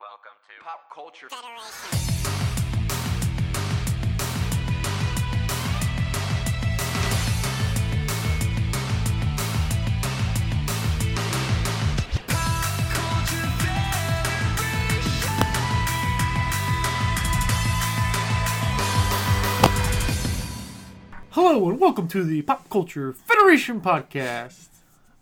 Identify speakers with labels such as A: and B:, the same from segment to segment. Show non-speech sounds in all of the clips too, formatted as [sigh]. A: Welcome to Pop Culture
B: Hello and welcome to the Pop Culture Federation podcast.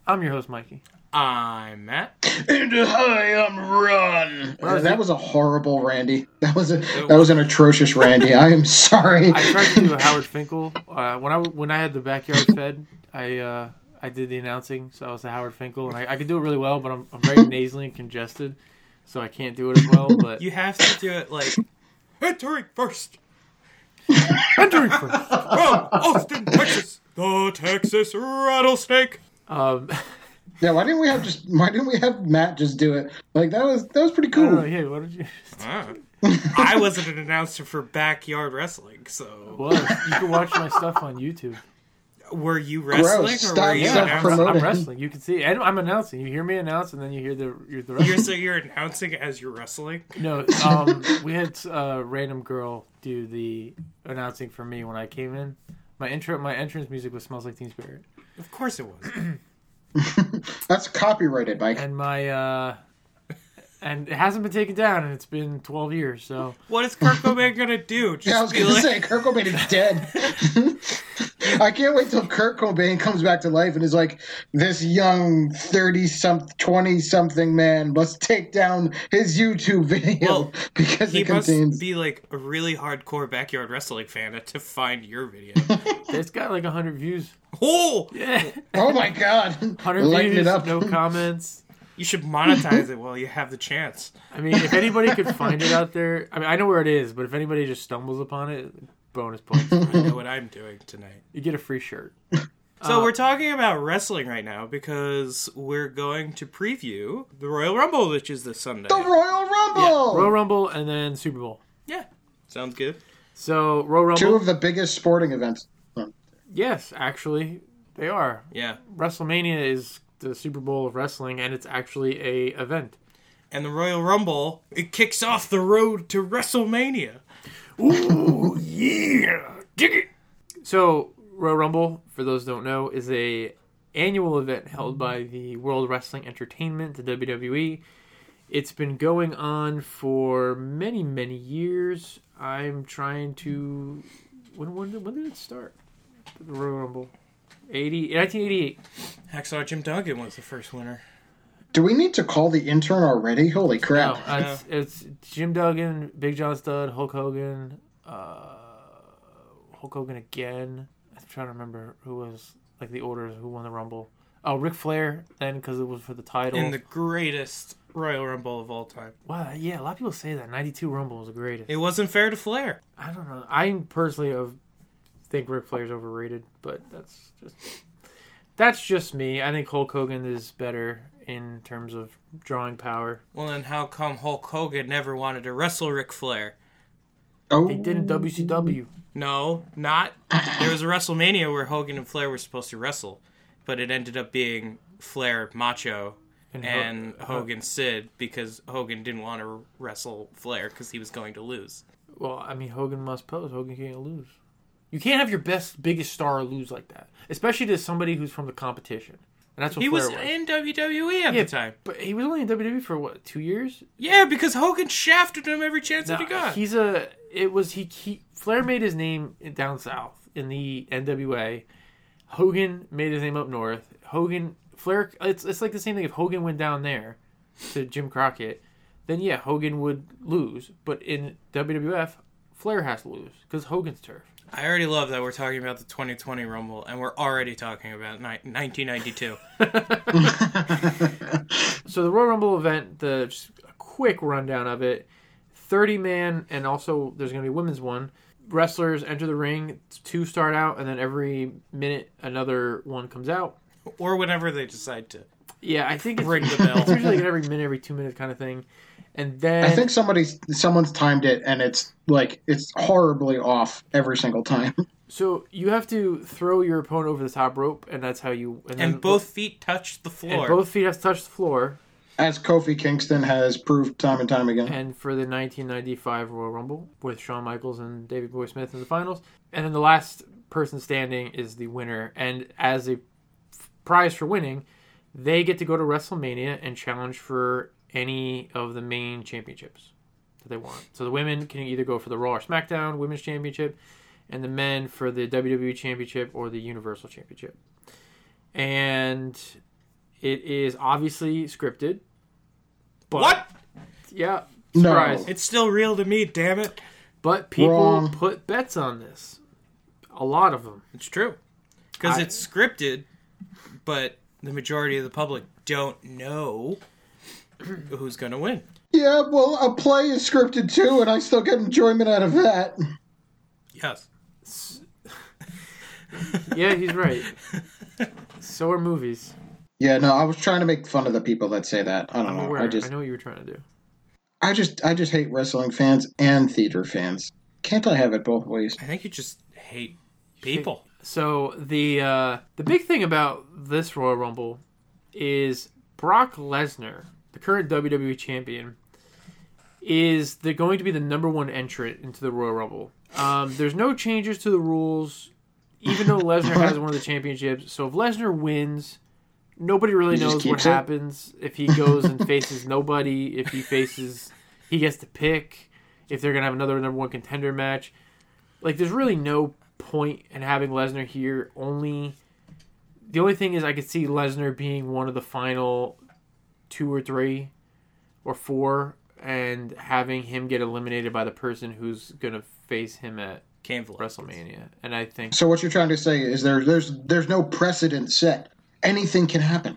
B: I'm your host Mikey.
C: I'm Matt.
D: And hi, I'm Ron. that was a horrible Randy. That was a that was an atrocious Randy. I
B: [laughs]
D: am sorry.
B: I tried to do a Howard Finkel uh, when I when I had the backyard fed. I uh, I did the announcing, so I was the Howard Finkel, and I, I could do it really well, but I'm, I'm [laughs] very nasally and congested, so I can't do it as well. But
C: You have to do it like entering first
B: entering first.
C: from Austin, Texas, the Texas rattlesnake.
B: [laughs] Um, [laughs]
D: yeah, why didn't we have just why didn't we have Matt just do it? Like that was that was pretty
B: I don't know,
D: cool.
B: hey, what did you? [laughs]
C: Ah. I wasn't an announcer for backyard wrestling, so
B: Well, you can watch my stuff on YouTube.
C: were you wrestling
D: Gross.
C: or
D: Stop
C: were you announcing?
D: self-promoting.
B: I'm wrestling. You can see. and I'm announcing. You hear me announce, and then you hear the you're the
C: You're
B: wrestling.
C: so you're announcing as you're wrestling.
B: No, um, we had a random girl do the announcing for me when I came in. My intro, my entrance music was "Smells Like Teen Spirit,"
C: Of course it was.
D: That's copyrighted, Mike.
B: and my uh, and it hasn't been taken down, and it's been twelve years. So
C: What is Kurt Cobain gonna do? Just
D: Yeah, I was
C: be
D: gonna
C: like,
D: say Kurt Cobain is dead.
B: [laughs]
D: I can't wait till Kurt Cobain comes back to life and is like this young thirty some twenty something man must take down his YouTube video
C: Well,
D: [laughs] because
C: he
D: it
C: must
D: contains
C: be like a really hardcore backyard wrestling fan to find your
D: [laughs]
C: video.
B: it's got like hundred views.
C: oh,
B: Yeah,
D: Oh my god.
B: [laughs] hundred
D: Lighten
B: views,
D: it up.
B: no comments.
C: you should monetize it while you have the chance.
B: I mean, if anybody could find it out there, I mean, I know where it is, but if anybody just stumbles upon it, bonus points.
C: I know what I'm doing tonight.
B: You get a free shirt.
C: So we're talking about wrestling right now because we're going to preview the Royal Rumble, which is this Sunday.
D: The Royal Rumble.
B: Royal Rumble and then Super Bowl.
C: yeah, sounds good.
B: So Royal Rumble.
D: Two of the biggest sporting events.
B: yes, actually, they are.
C: Yeah,
B: WrestleMania is the Super Bowl of wrestling, and it's actually a event.
C: and the Royal Rumble it kicks off the road to WrestleMania.
B: Ooh yeah! Dig it. So Royal Rumble, for those who don't know, is a annual event held by the World Wrestling Entertainment, the WWE. It's been going on for many, many years. I'm trying to. When when, did- when did it start? The Royal Rumble, 80, 1988.
C: Hacksaw Jim Duggan was the first winner.
D: Do we need to call the intern already? Holy
B: No,
D: crap.
B: uh, it's, it's Jim Duggan, Big John Studd, Hulk Hogan, uh, Hulk Hogan again. I'm trying to remember who was like the order who won the Rumble. Oh, Ric Flair then because it was for the title.
C: In the greatest Royal Rumble of all time.
B: wow, yeah, a lot of people say that 92 Rumble was the greatest.
C: It wasn't fair to Flair.
B: I don't know. I personally of think Ric Flair's overrated, but that's just that's just me. I think Hulk Hogan is better in terms of drawing power.
C: Well, then how come Hulk Hogan never wanted to wrestle Ric Flair?
D: Oh,
B: They did in WCW.
C: No, not. There was a WrestleMania where Hogan and Flair were supposed to wrestle, but it ended up being Flair, Macho, and,
B: Ho-
C: Hogan, Sid, because Hogan didn't want to wrestle Flair because he was going to lose.
B: Well, I mean, Hogan must pose. Hogan can't lose. You can't have your best, biggest star lose like that, especially to somebody who's from the competition. And that's what
C: He
B: Flair
C: was
B: was.
C: in WWE at
B: Yeah,
C: the time.
B: but he was only in WWE for what two years?
C: Yeah, because Hogan shafted him every chance that he
B: No,
C: got.
B: he's a. It was he, he. Flair made his name down south in the NWA. Hogan made his name up north. Hogan Flair. It's it's like the same thing. If Hogan went down there to Jim Crockett, then yeah, Hogan would lose. But in WWF, Flair has to lose because Hogan's turf.
C: I already love that we're talking about the 2020 Rumble, and we're already talking about ni- [laughs] 1992.
B: So the Royal Rumble event, the just a quick rundown of it. Thirty man, and also there's going to be women's one. Wrestlers enter the ring. Two start out, and then every minute another one comes out.
C: or whenever they decide to.
B: Yeah, I think [laughs] it's,
C: Ring the bell.
B: it's usually like every minute, every two minutes kind of thing. And then
D: I think somebody's someone's timed it, and it's like it's horribly off every single time. [laughs]
B: so you have to throw your opponent over the top rope, and that's how you. then-
C: And both feet touch the
B: and
C: floor.
B: both feet have to touch the floor.
D: as Kofi Kingston has proved time and time again.
B: and for the 1995 Royal Rumble with Shawn Michaels and David Boy Smith in the finals. And then the last person standing is the winner. And as a f- prize for winning, they get to go to WrestleMania and challenge for any of the main championships that they want. So the women can either go for the Raw or SmackDown Women's Championship, and the men for the WWE Championship or the Universal Championship. And it is obviously scripted. But
C: What?
B: Yeah.
D: No.
B: Surprise.
C: It's still real to me, damn it.
B: But people
D: Wrong.
B: put bets on this. A lot of them.
C: It's true. Because
B: I-
C: it's scripted, but the majority of the public don't know who's going to win.
D: Yeah, well, a play is scripted too, and I still get enjoyment out of that.
C: Yes.
B: Yeah, he's right. so are
D: [laughs]
B: movies.
D: Yeah, no, I was trying to make fun of the people that say that. I don't
B: I'm
D: know.
B: aware.
D: Uh, I just,
B: I know what you were trying to do.
D: I just, I just hate wrestling fans and theater fans. Can't I have it both ways?
C: I think you just hate people.
B: So the uh, the big thing about this Royal Rumble is Brock Lesnar, the current WWE champion, is the, going to be the number one entrant into the Royal Rumble. Um, there's no changes to the rules, even though
D: [laughs]
B: Lesnar has one of the championships. So if Lesnar wins, nobody really
D: He just
B: knows what
D: keeps it?
B: happens. If he goes and faces nobody, if he faces, he gets to pick. If they're gonna have another number one contender match, like there's really no point in having Lesnar here. Only the only thing is I could see Lesnar being one of the final two or three or four, and having him get eliminated by the person who's gonna face him at
C: Came for
B: WrestleMania. And I think
D: So what you're trying to say is there, there's, there's no precedent set. Anything can happen.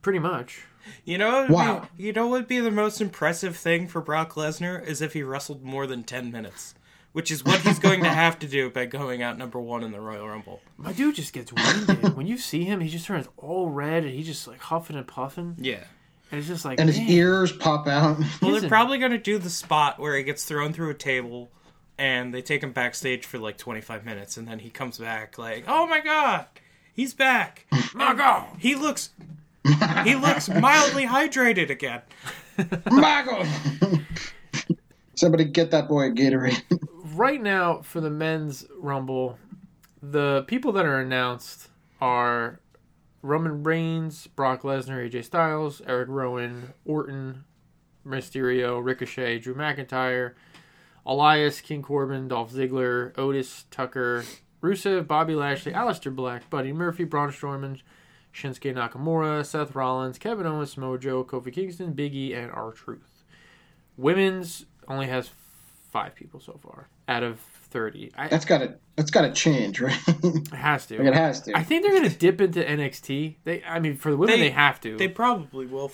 B: pretty much.
C: You know, what would be-
D: Wow.
C: you know what would be the most impressive thing for Brock Lesnar is if he wrestled more than 10 minutes, which is what he's going to have to do by going out number one in the Royal Rumble.
B: My dude just gets
D: [laughs]
B: winded. when you see him, he just turns all red and he's just like huffing and puffing.
C: Yeah.
B: And it's just like
D: And his
B: man,
D: ears
B: [laughs]
D: pop out.
C: Well,
B: Isn't-
C: they're probably going to do the spot where he gets thrown through a table and they take him backstage for like 25 minutes and then he comes back like, "Oh my god, he's back."
B: my God.
C: He looks he looks mildly hydrated again.
D: Michael! Somebody get that boy a Gatorade.
B: right now for the men's rumble, the people that are announced are Roman Reigns, Brock Lesnar, AJ Styles, Eric Rowan, Orton, Mysterio, Ricochet, Drew McIntyre, Elias, King Corbin, Dolph Ziggler, Otis, Tucker, Rusev, Bobby Lashley, Aleister Black, Buddy Murphy, Braun Strowman, Shinsuke Nakamura, Seth Rollins, Kevin Owens, Mojo, Kofi Kingston, Biggie, and R Truth. Women's only has five people so far out of thirty. I,
D: That's gotta, that's gotta change, right? [laughs]
B: it has to.
D: it has to.
B: I think they're gonna dip into NXT. They, I mean, for the women, they,
C: They-
B: have to.
C: They probably will.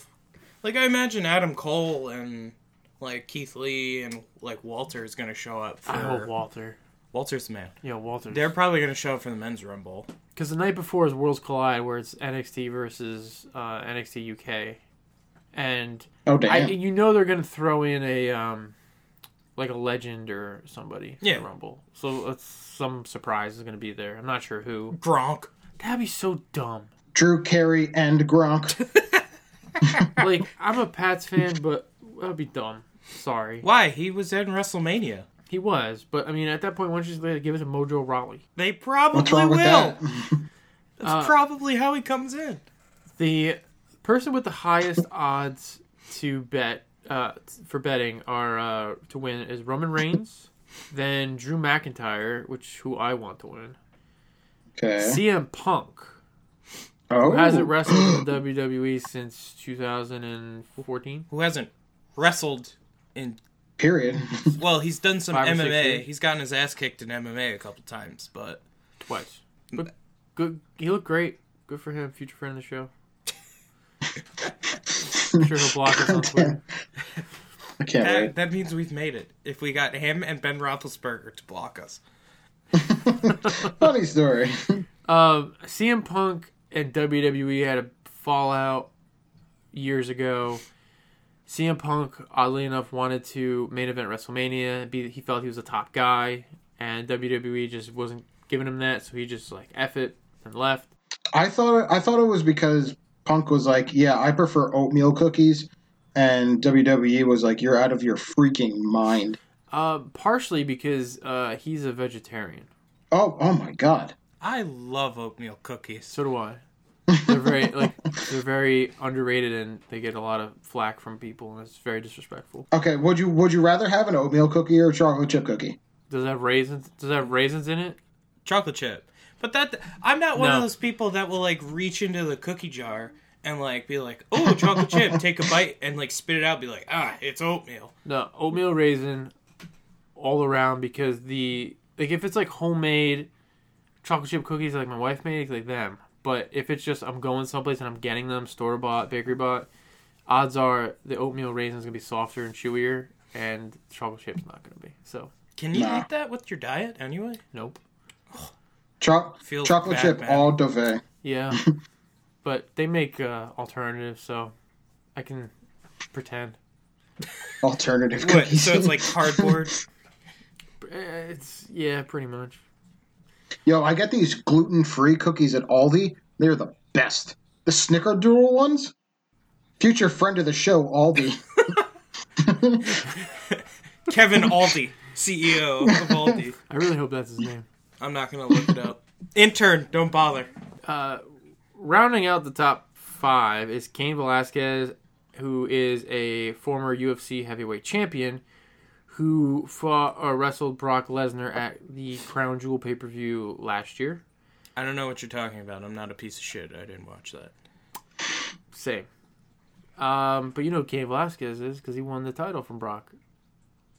C: Like I imagine Adam Cole and like Keith Lee and like Walter is going to show up for
B: I hope Walter.
C: Walter's the man.
B: Yeah, Walter.
C: They're probably going to show up for the men's rumble.
B: Because the night before is Worlds Collide, where it's NXT versus uh, NXT UK, and
D: oh
B: I,
D: damn!
B: you know they're gonna throw in a um, like a legend or somebody for
C: Yeah.
B: the Rumble. So it's, some surprise is gonna be there. I'm not sure who.
C: Gronk.
B: That'd be so dumb.
D: Drew Carey and Gronk.
B: [laughs] Like I'm a Pats fan, but that'd be dumb. Sorry,
C: Why? He was in WrestleMania.
B: he was, but I mean at that point, why don't you just give it to Mojo Raleigh?
C: They probably
D: What's wrong
C: will.
D: with that?
C: That's
B: Uh,
C: probably how he comes in.
B: The person with the highest odds to bet uh, for betting are uh, to win is Roman Reigns, then Drew McIntyre, which who I want to win,
D: Okay.
B: CM Punk.
D: oh,
B: who hasn't wrestled in the WWE since 2014.
C: Who hasn't wrestled in?
D: period.
C: Well, he's done some
B: Five or six
C: MMA.
B: years.
C: He's gotten his ass kicked in MMA a couple times, but
B: Twice. But good. He looked great. Good for him. Future friend of the show. I'm sure he'll block us on Twitter.
D: [laughs] I can't
C: that,
D: wait.
C: that means we've made it. If we got him and Ben Roethlisberger to block us,
D: Funny story.
B: Um, CM Punk and WWE had a fallout years ago. CM Punk, oddly enough, wanted to main event WrestleMania. Be, he felt he was a top guy, and WWE just wasn't giving him that, so he just like F it and left.
D: I thought I thought it was because Punk was like, "Yeah, I prefer oatmeal cookies," and WWE was like, "You're out of your freaking mind."
B: Uh, partially because uh, he's a vegetarian.
D: Oh, oh my god.
C: I love oatmeal cookies.
B: So do I. They're very like they're very underrated and they get a lot of flack from people and it's very disrespectful.
D: Okay, would you would you rather have an oatmeal cookie or a chocolate chip cookie?
B: Does it have raisins? Does it have raisins in it?
C: Chocolate chip. But that I'm not one
B: No.
C: of those people that will like reach into the cookie jar and like be like, "Oh, chocolate chip."
B: [laughs]
C: Take a bite and like spit it out. Be like, "Ah, it's oatmeal."
B: No, oatmeal raisin all around because the like if it's like homemade chocolate chip cookies like my wife makes like them. But if it's just I'm going someplace and I'm getting them store bought, bakery bought, odds are the oatmeal raisin's gonna be softer and chewier and chocolate chip's not gonna be. So
C: Can you
D: Nah.
C: eat that with your diet
B: [laughs]
C: anyway?
B: nope.
D: Cho-
C: Feels
D: chocolate
C: bad,
D: chip
C: man.
D: all day.
B: Yeah. but they make uh alternatives so I can pretend.
D: Alternative
C: What?
D: cookies.
C: So it's
D: [laughs]
C: like cardboard.
B: [laughs] Uh, It's yeah, pretty much.
D: Yo, I get these gluten free cookies at Aldi. They're the best. The snickerdoodle ones? Future friend of the show, Aldi.
C: Kevin Aldi, CEO of Aldi.
B: I really hope that's his name.
C: I'm not gonna look it up. Intern, don't bother.
B: rounding out the top five is Cain Velasquez, who is a former UFC heavyweight champion who fought or wrestled Brock Lesnar at the Crown Jewel pay per view last year.
C: I don't know what you're talking about. I'm not a piece of shit. I didn't watch that.
B: Same. Um, but you know who Cain Velasquez is because he won the title from Brock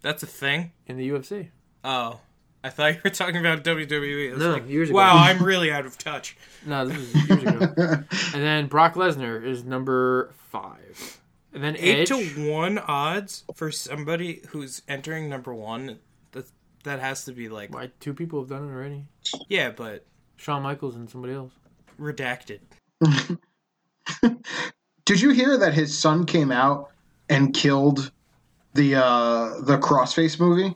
C: That's a thing.
B: in the UFC.
C: Oh, I thought you were talking about WWE. I was
B: No,
C: like,
B: years ago.
C: Wow, I'm really out of touch.
B: No, this is years ago. and then Brock Lesnar is number five. And then
C: Eight
B: Edge.
C: to one odds for somebody who's entering number one. That that has to be like
B: Why, two people have done it already.
C: yeah, but
B: Shawn Michaels and somebody else.
C: redacted.
D: Did you hear that his son came out and killed the uh, the Crossface movie?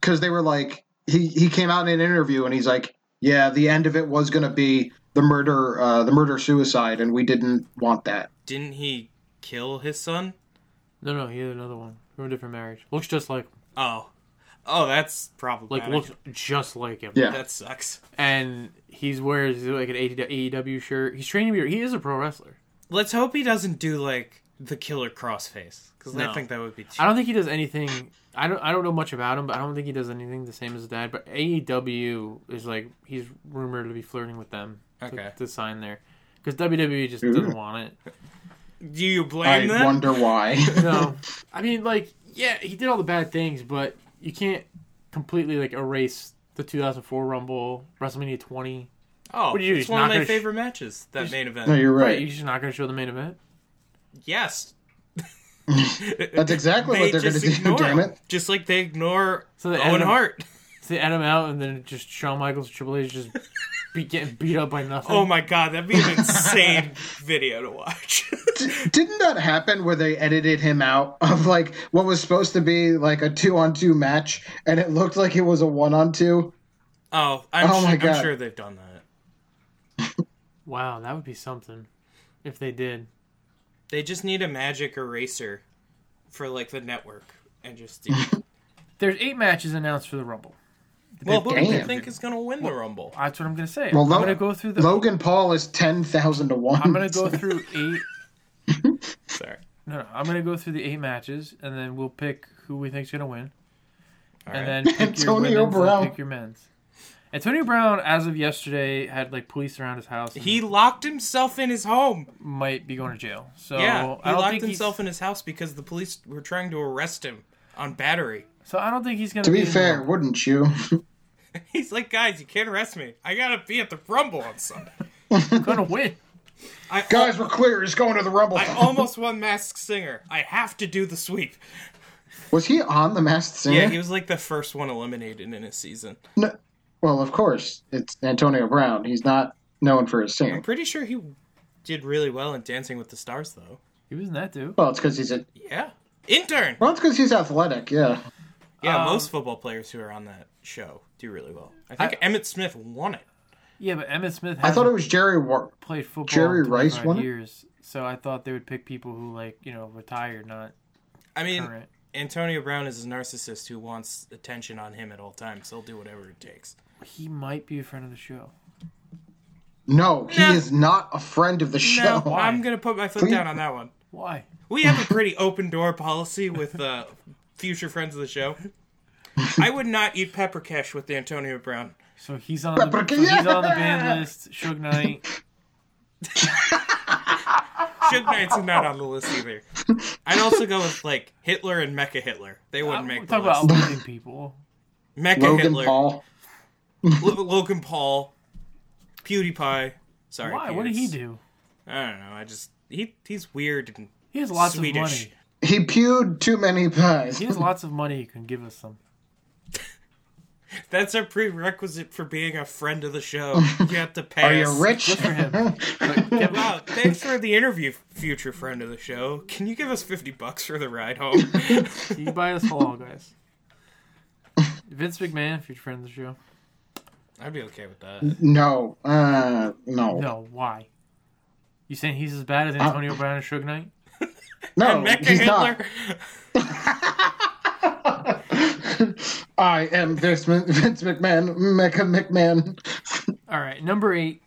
D: Because they were like, he, he came out in an interview and he's like, yeah, the end of it was going to be the murder, uh, the murder suicide, and we didn't want that.
C: Didn't he kill his son?
B: No, no, he had another one from a different marriage. Looks just like
C: Oh, oh, that's problematic.
B: like looks just like him.
D: Yeah.
C: that sucks.
B: and he's wears like an AEW E shirt. He's training. to be- He is a pro wrestler.
C: Let's hope he doesn't do like the killer crossface because
B: No.
C: I think that would be.
B: I
C: Too-
B: don't think he does anything. I don't. I don't know much about him, but I don't think he does anything the same as his dad. But AEW is like he's rumored to be flirting with them. to-
C: Okay.
B: To, sign there, because WWE E just doesn't
D: Ooh.
B: want it.
C: do you blame
D: I
C: them?
D: wonder why.
B: No, I mean like yeah, he did all the bad things, but you can't completely like erase the 2004 Rumble, WrestleMania 20.
C: Oh,
B: do you do,
C: it's
B: just
C: one of
B: not
C: my
B: gonna sh-
C: favorite matches. That main event.
D: [laughs] no, you're
B: You're
D: right.
B: just not going to show the main event.
D: [laughs]
C: Yes.
D: That's exactly what they're going to do, [laughs] damn
C: him.
D: it.
C: Just like they ignore
B: So they add
C: Owen
B: him-
C: Hart.
B: So they add him out, and then just Shawn Michaels, Triple H,
C: [laughs]
B: just be getting beat up by nothing.
C: Oh my god, that'd be an insane [laughs] video to watch. [laughs]
D: Didn't that happen where they edited him out of like what was supposed to be like a two on two match and it looked like it was a one on two?
C: oh, I'm,
D: Oh
C: su-
D: my
C: I'm
D: God.
C: sure they've done that.
B: Wow, that would be something if they did.
C: They just need a magic eraser for like the network and just
D: [laughs]
C: do.
B: There's eight matches announced for the Rumble.
C: well, who do you
D: Damn.
C: think is gonna win the Rumble?
B: That's what I'm gonna say.
D: Well,
B: I'm
D: Lo-
B: gonna go through the.
D: Logan Paul is ten thousand to one.
B: I'm gonna go
D: [laughs]
B: through eight.
C: Sorry.
B: No, no, I'm gonna go through the eight matches, and then we'll pick who we think's gonna win,
C: All
B: and then
C: right.
B: pick your
D: Antonio
B: women's and
D: Brown.
B: pick your men's. Antonio Brown, as of yesterday, had like police around his house. And
C: he
B: he
C: locked himself in his home.
B: might be going to jail. So
C: yeah, he
B: Oh, I don't
C: locked
B: think
C: himself
B: He's,
C: in his house because the police were trying to arrest him on battery. [laughs]
B: so I don't think he's gonna.
D: to be
B: in the
D: fair,
B: Rumble.
D: wouldn't you? [laughs]
C: He's like, guys, you can't arrest me. I gotta be at the Rumble on Sunday.
D: [laughs]
B: gonna win.
C: I
D: Guys, we're clear. He's going to the Rumble.
C: I almost won Masked Singer. I have to do the sweep.
D: was he on the Masked Singer?
C: Yeah, he was like the first one eliminated in his season.
D: No- well, of course, it's Antonio Brown. He's not known for his singing.
C: Pretty sure he did really well in Dancing with the Stars, though.
B: He was in that too.
D: Well, it's because he's a
C: Yeah. Intern!
D: well, it's because he's athletic. Yeah,
C: Yeah,
B: Um,
C: most football players who are on that show do really well. I think Emmett Smith won it.
B: Yeah, but Emmett Smith
D: I
B: hasn't
D: thought it was Jerry War.
B: played football
D: Jerry
B: in
D: Rice
B: 25
D: won it?
B: years, so I thought they would pick people who like you know retired, not
C: I mean,
B: current.
C: Antonio Brown is a narcissist who wants attention on him at all times. He'll do whatever it takes.
B: He might be a friend of the show.
D: No, he
C: No.
D: is not a friend of the show.
C: [laughs] No, I'm gonna put my foot
D: Please.
C: down on that one.
B: Why?
C: We have a pretty open door policy with uh, future friends of the show. I would not eat pepper cash with Antonio Brown.
B: So he's on. The, so he's on the ban
D: [laughs]
B: list. Suge Knight.
C: Suge Knight's not on the list either. I'd also go with like Hitler and Mecha Hitler. They wouldn't
B: We're
C: make the
B: talking
C: list.
B: Uh, about losing [laughs] people.
C: Mecha
D: Logan
C: Hitler,
D: Paul.
C: Lo- Logan Paul, PewDiePie. Sorry,
B: Why? What did he
C: Pewds.
B: do?
C: I don't know. I just he he's weird and
B: He has lots
C: Swedish.
B: of money.
D: He pewed too many pies.
B: He has lots of money. He can give us some.
C: That's a prerequisite for being a friend of the
D: [laughs]
C: show. You have to pass.
D: Are you rich?
B: Good for
D: [laughs]
B: him. But Kevin-
C: Wow, thanks for the interview, future friend of the show. Can you give us 50 bucks for the ride home? [laughs]
B: Can you buy us halal, guys? [laughs] Vince McMahon, future friend of the show.
C: I'd be okay with that.
D: No. Uh, no. No.
B: No, why? You saying he's as bad as Antonio Brown and Suge Knight?
C: Mecha
D: he's
C: Hitler.
D: not. I am Vince, Vince McMahon. Mecha McMahon.
B: All right, number eight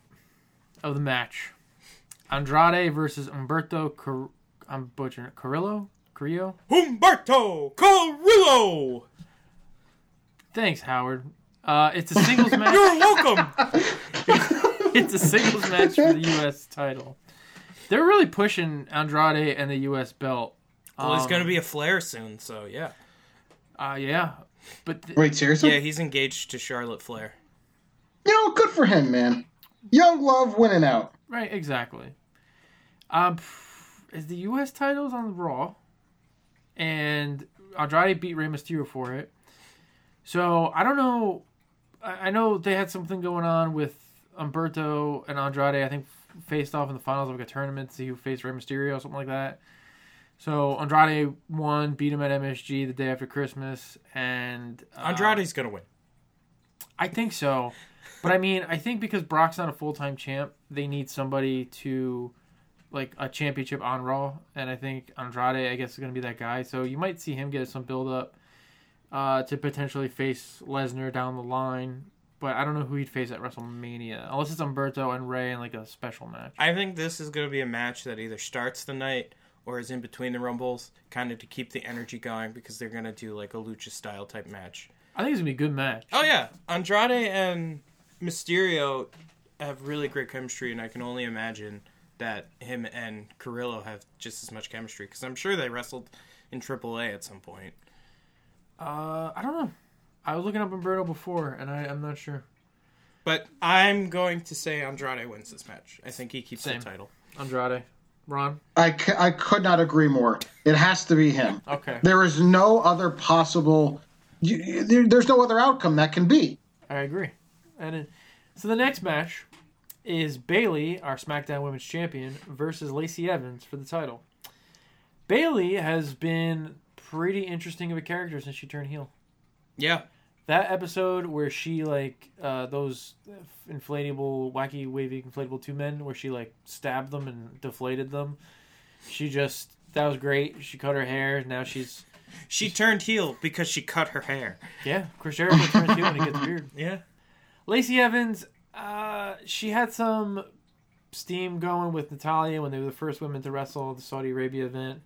B: of the match: Andrade versus Umberto. Car- I'm butchering it. Carrillo. Carrillo.
C: Humberto Carrillo.
B: Thanks, Howard. Uh, it's a singles match.
C: You're welcome.
B: It's a singles match for the U.S. title. They're really pushing Andrade and the U.S. belt.
C: well, he's
B: Um,
C: going to be a Flair soon, so yeah.
B: Uh, yeah, but th-
D: Wait, seriously?
C: Yeah, he's engaged to Charlotte Flair.
D: Yo, good for him, man. Young love winning out.
B: Right, exactly. Um, is the U.S. titles on Raw, and Andrade beat Rey Mysterio for it. So I don't know. I I know they had something going on with Umberto and Andrade. I think faced off in the finals of like a tournament to see who faced Rey Mysterio or something like that. So Andrade won, beat him at MSG the day after Christmas, and uh,
C: Andrade's going to win.
B: I think so. But I mean, I think because Brock's not a full time champ, they need somebody to like a championship on Raw, and I think Andrade, I guess, is going to be that guy. So you might see him get some build up uh, to potentially face Lesnar down the line. But I don't know who he'd face at WrestleMania, unless it's Umberto and Ray in like a special match.
C: I think this is going to be a match that either starts the night or is in between the Rumbles, kind of to keep the energy going because they're going to do like a lucha style type match.
B: I think it's gonna be a good match.
C: Oh yeah, Andrade and Mysterio have really great chemistry, and I can only imagine that him and Carrillo have just as much chemistry because I'm sure they wrestled in AAA at some point.
B: Uh, I don't know. I was looking up Umberto before, and I, I'm not sure.
C: But I'm going to say Andrade wins this match. I think he keeps
B: Same.
C: the title.
B: Andrade, Ron.
D: I, c- I could not agree more. It has to be him.
B: Okay.
D: There is no other possible. You, you- there, there's no other outcome that can be. [laughs]
B: I agree. And it, so the next match is Bailey, our SmackDown Women's Champion, versus Lacey Evans for the title. Bailey has been pretty interesting of a character since she turned heel.
C: Yeah,
B: That episode where she like uh, those inflatable, wacky, wavy, inflatable two men, where she like stabbed them and deflated them. She just that was great. She cut her hair. Now she's
C: she turned heel because she cut her hair.
B: yeah. Chris Jericho turns heel and it gets weird.
C: Yeah,
B: Lacey Evans, uh, she had some steam going with Natalia when they were the first women to wrestle at the Saudi Arabia event.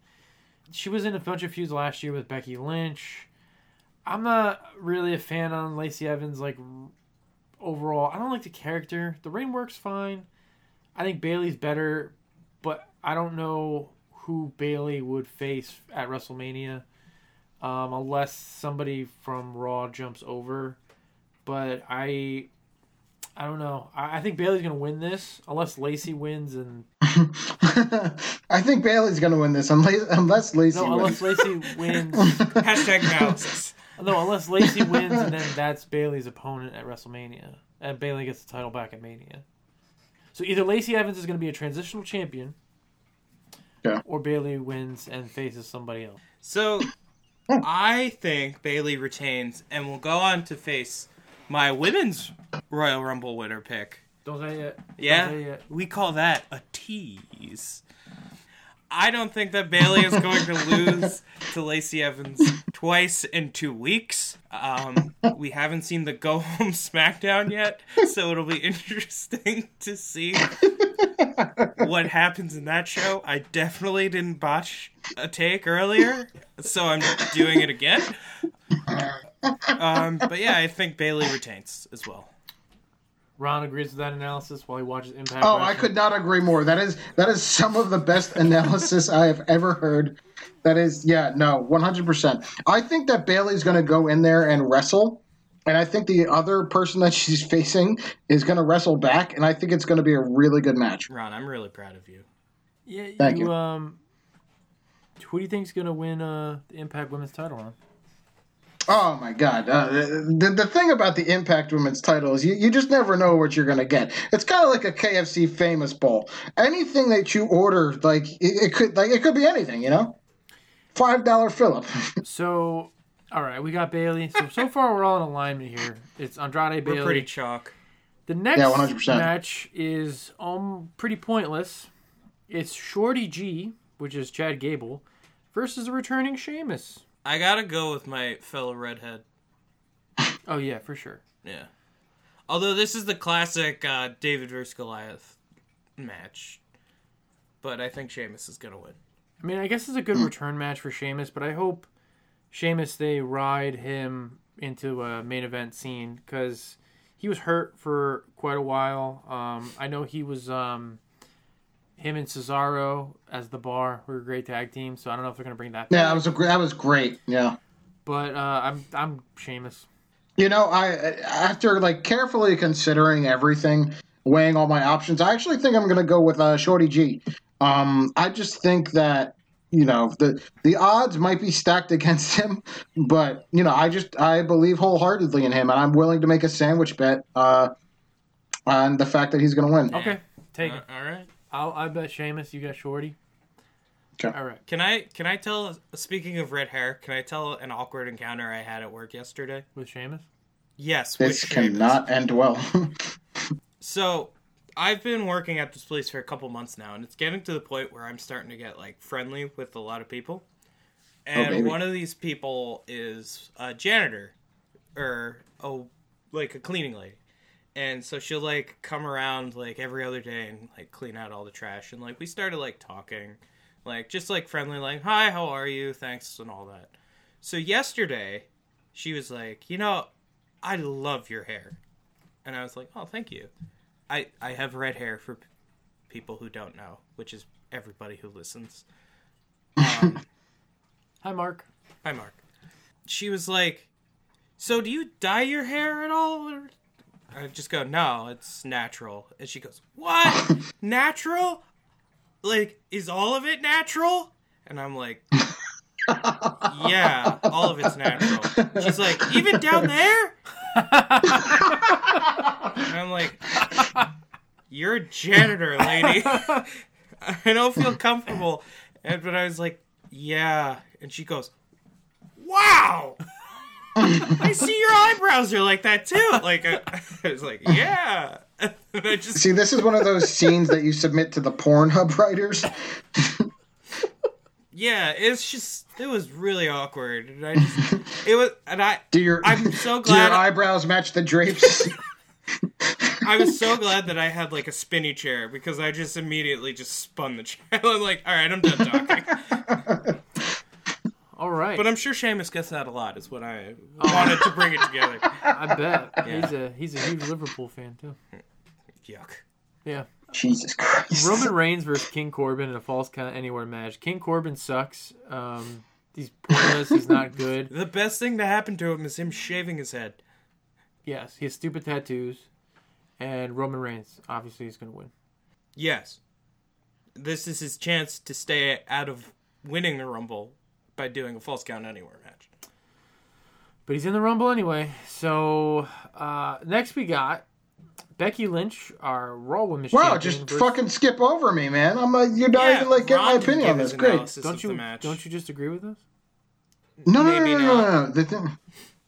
B: She was in a bunch of feuds last year with Becky Lynch. I'm not really a fan on Lacey Evans, like r- overall. I don't like the character. The ring works fine. I think Bailey's better, but I don't know who Bailey would face at WrestleMania, um, unless somebody from Raw jumps over but I, I don't know. I, I think Bailey's gonna win this unless Lacey wins and
D: I think Bailey's going to win this unless, unless Lacey
B: no, unless
D: wins. [laughs]
B: Lacey wins.
C: hashtag analysis.
B: No, unless Lacey wins, and then that's Bailey's opponent at WrestleMania, and Bailey gets the title back at Mania. So either Lacey Evans is gonna be a transitional champion,
D: Yeah.
B: or Bailey wins and faces somebody else.
C: So I think Bailey retains and will go on to face my women's Royal Rumble winner pick,
B: Don't say it.
C: Yeah,
B: Don't say it.
C: we call that a tease. I don't think that Bailey is going to lose to Lacey Evans twice in two weeks. Um, we haven't seen the Go Home SmackDown yet, so it'll be [laughs] interesting to see what happens in that show. I definitely didn't botch a take earlier, so I'm doing it again. Um, but yeah, I think Bailey retains as well.
B: Ron agrees with that analysis while he watches Impact.
D: Oh, I
B: Wrestling.
D: could not agree more. That is that is some of the best [laughs] analysis I have ever heard. That is yeah, no, 100%. I think that Bailey's going to go in there and wrestle. And I think the other person that [laughs] she's facing is going to wrestle back and I think it's going to be a really good match.
C: Ron, I'm really proud of you.
B: Yeah,
D: Thank you.
B: Um, who do you think's gonna win uh, the Impact Women's Title? Ron?
D: Oh my God! Uh, the, the thing about the Impact Women's title is you, you just never know what you're going to get. It's kind of like a KFC Famous Bowl. Anything that you order, like it, it could, like it could be anything, you know. Five dollar [laughs] Philip.
B: So, all right, we got Bailey. So so far we're all in alignment here. It's Andrade
C: We're
B: Bailey.
C: pretty chalk.
B: The next
D: Yeah, 100%.
B: match is um pretty pointless. It's Shorty G, which is Chad Gable, versus the returning Sheamus.
C: I gotta go with my fellow redhead.
B: Oh yeah, for sure.
C: Yeah. Although this is the classic uh, David versus Goliath match, but I think Sheamus is gonna win.
B: I mean, I guess it's a
D: Hmm.
B: good return match for Sheamus, but I hope Sheamus they ride him into a main event scene because he was hurt for quite a while. Um, I know he was um, him and Cesaro as the bar were a great tag team, so I don't know if they're gonna bring that.
D: yeah,
B: back.
D: that was a gr- that was great. Yeah.
B: but uh, I'm I'm Sheamus.
D: You know, I after like carefully considering everything, weighing all my options, I actually think I'm going to go with uh, Shorty G. Um, I just think that you know the the odds might be stacked [laughs] against him, but you know, I just I believe wholeheartedly in him, and I'm willing to make a sandwich bet uh, on the fact that he's going to win.
B: Okay, take it.
C: Uh, all right.
B: I'll, I bet Sheamus. You got Shorty.
D: Okay.
B: All right.
C: Can I can I tell? Speaking of red hair, can I tell an awkward encounter I had at work yesterday?
B: With Sheamus.
C: Yes, with
D: This
C: Sheamus.
D: cannot end well. [laughs]
C: So I've been working at this place for a couple months now, and it's getting to the point where I'm starting to get like friendly with a lot of people. And
D: baby.
C: one of these people is a janitor or a like a cleaning lady. And so she'll like come around like every other day and like clean out all the trash and like we started like talking like just like friendly like hi how are you thanks and all that. So yesterday she was like, "You know, I love your hair." And I was like, "Oh, thank you." I I have red hair for p- people who don't know, which is everybody who listens. Um,
B: Hi, Mark.
C: hi, Mark. She was like, "So do you dye your hair at all?" Or... I just go, "No, it's natural." And she goes, "What? natural? Like, is all of it natural?" And I'm like, "Yeah, all of it's natural." She's like, "Even down there?" And I'm like, "You're a janitor, lady. [laughs] I don't feel comfortable." And but I was like, "Yeah," and she goes, "Wow." I see your eyebrows are like that too. Like I, I was like, yeah. [laughs] And I just
D: See, this is one of those scenes that you submit to the Pornhub writers.
C: yeah. It's just it was really awkward, and I just it was and I
D: Do your
C: I'm so
D: [laughs] do your
C: glad-
D: eyebrows match the drapes?
C: I was so glad that I had like a spinny chair because I just immediately just spun the chair. [laughs] I'm like, all right, I'm done talking.
B: All right.
C: [laughs]
D: uh,
C: But I'm sure Seamus gets that a lot. Is what I wanted to bring it together.
B: I bet he's a he's a huge Liverpool fan too.
C: [laughs] Yuck.
B: Yeah.
D: Jesus Christ. [laughs]
B: Roman Reigns versus King Corbin in a false count anywhere match. King Corbin sucks. Um, he's pointless. he's not
D: [laughs]
B: good.
C: The best thing that happened to him is him shaving his head.
B: Yes, he has stupid tattoos, and Roman Reigns obviously is going to win.
C: Yes. This is his chance to stay out of winning the Rumble by doing a false count anywhere match.
B: But he's in the Rumble anyway. So uh, next we got Becky Lynch, our Raw Women's
D: Wow,
B: Champion.
D: just
B: versus-
D: fucking skip over me, man. I'm like, you're not even like get my
C: Ron didn't
D: opinion
C: give
D: on
C: his
D: this. Great.
C: analysis of
B: Don't
C: the
B: you
C: match.
B: don't you just agree with us?
D: No, no, no,
C: Maybe
D: no, no, no, no. The thing,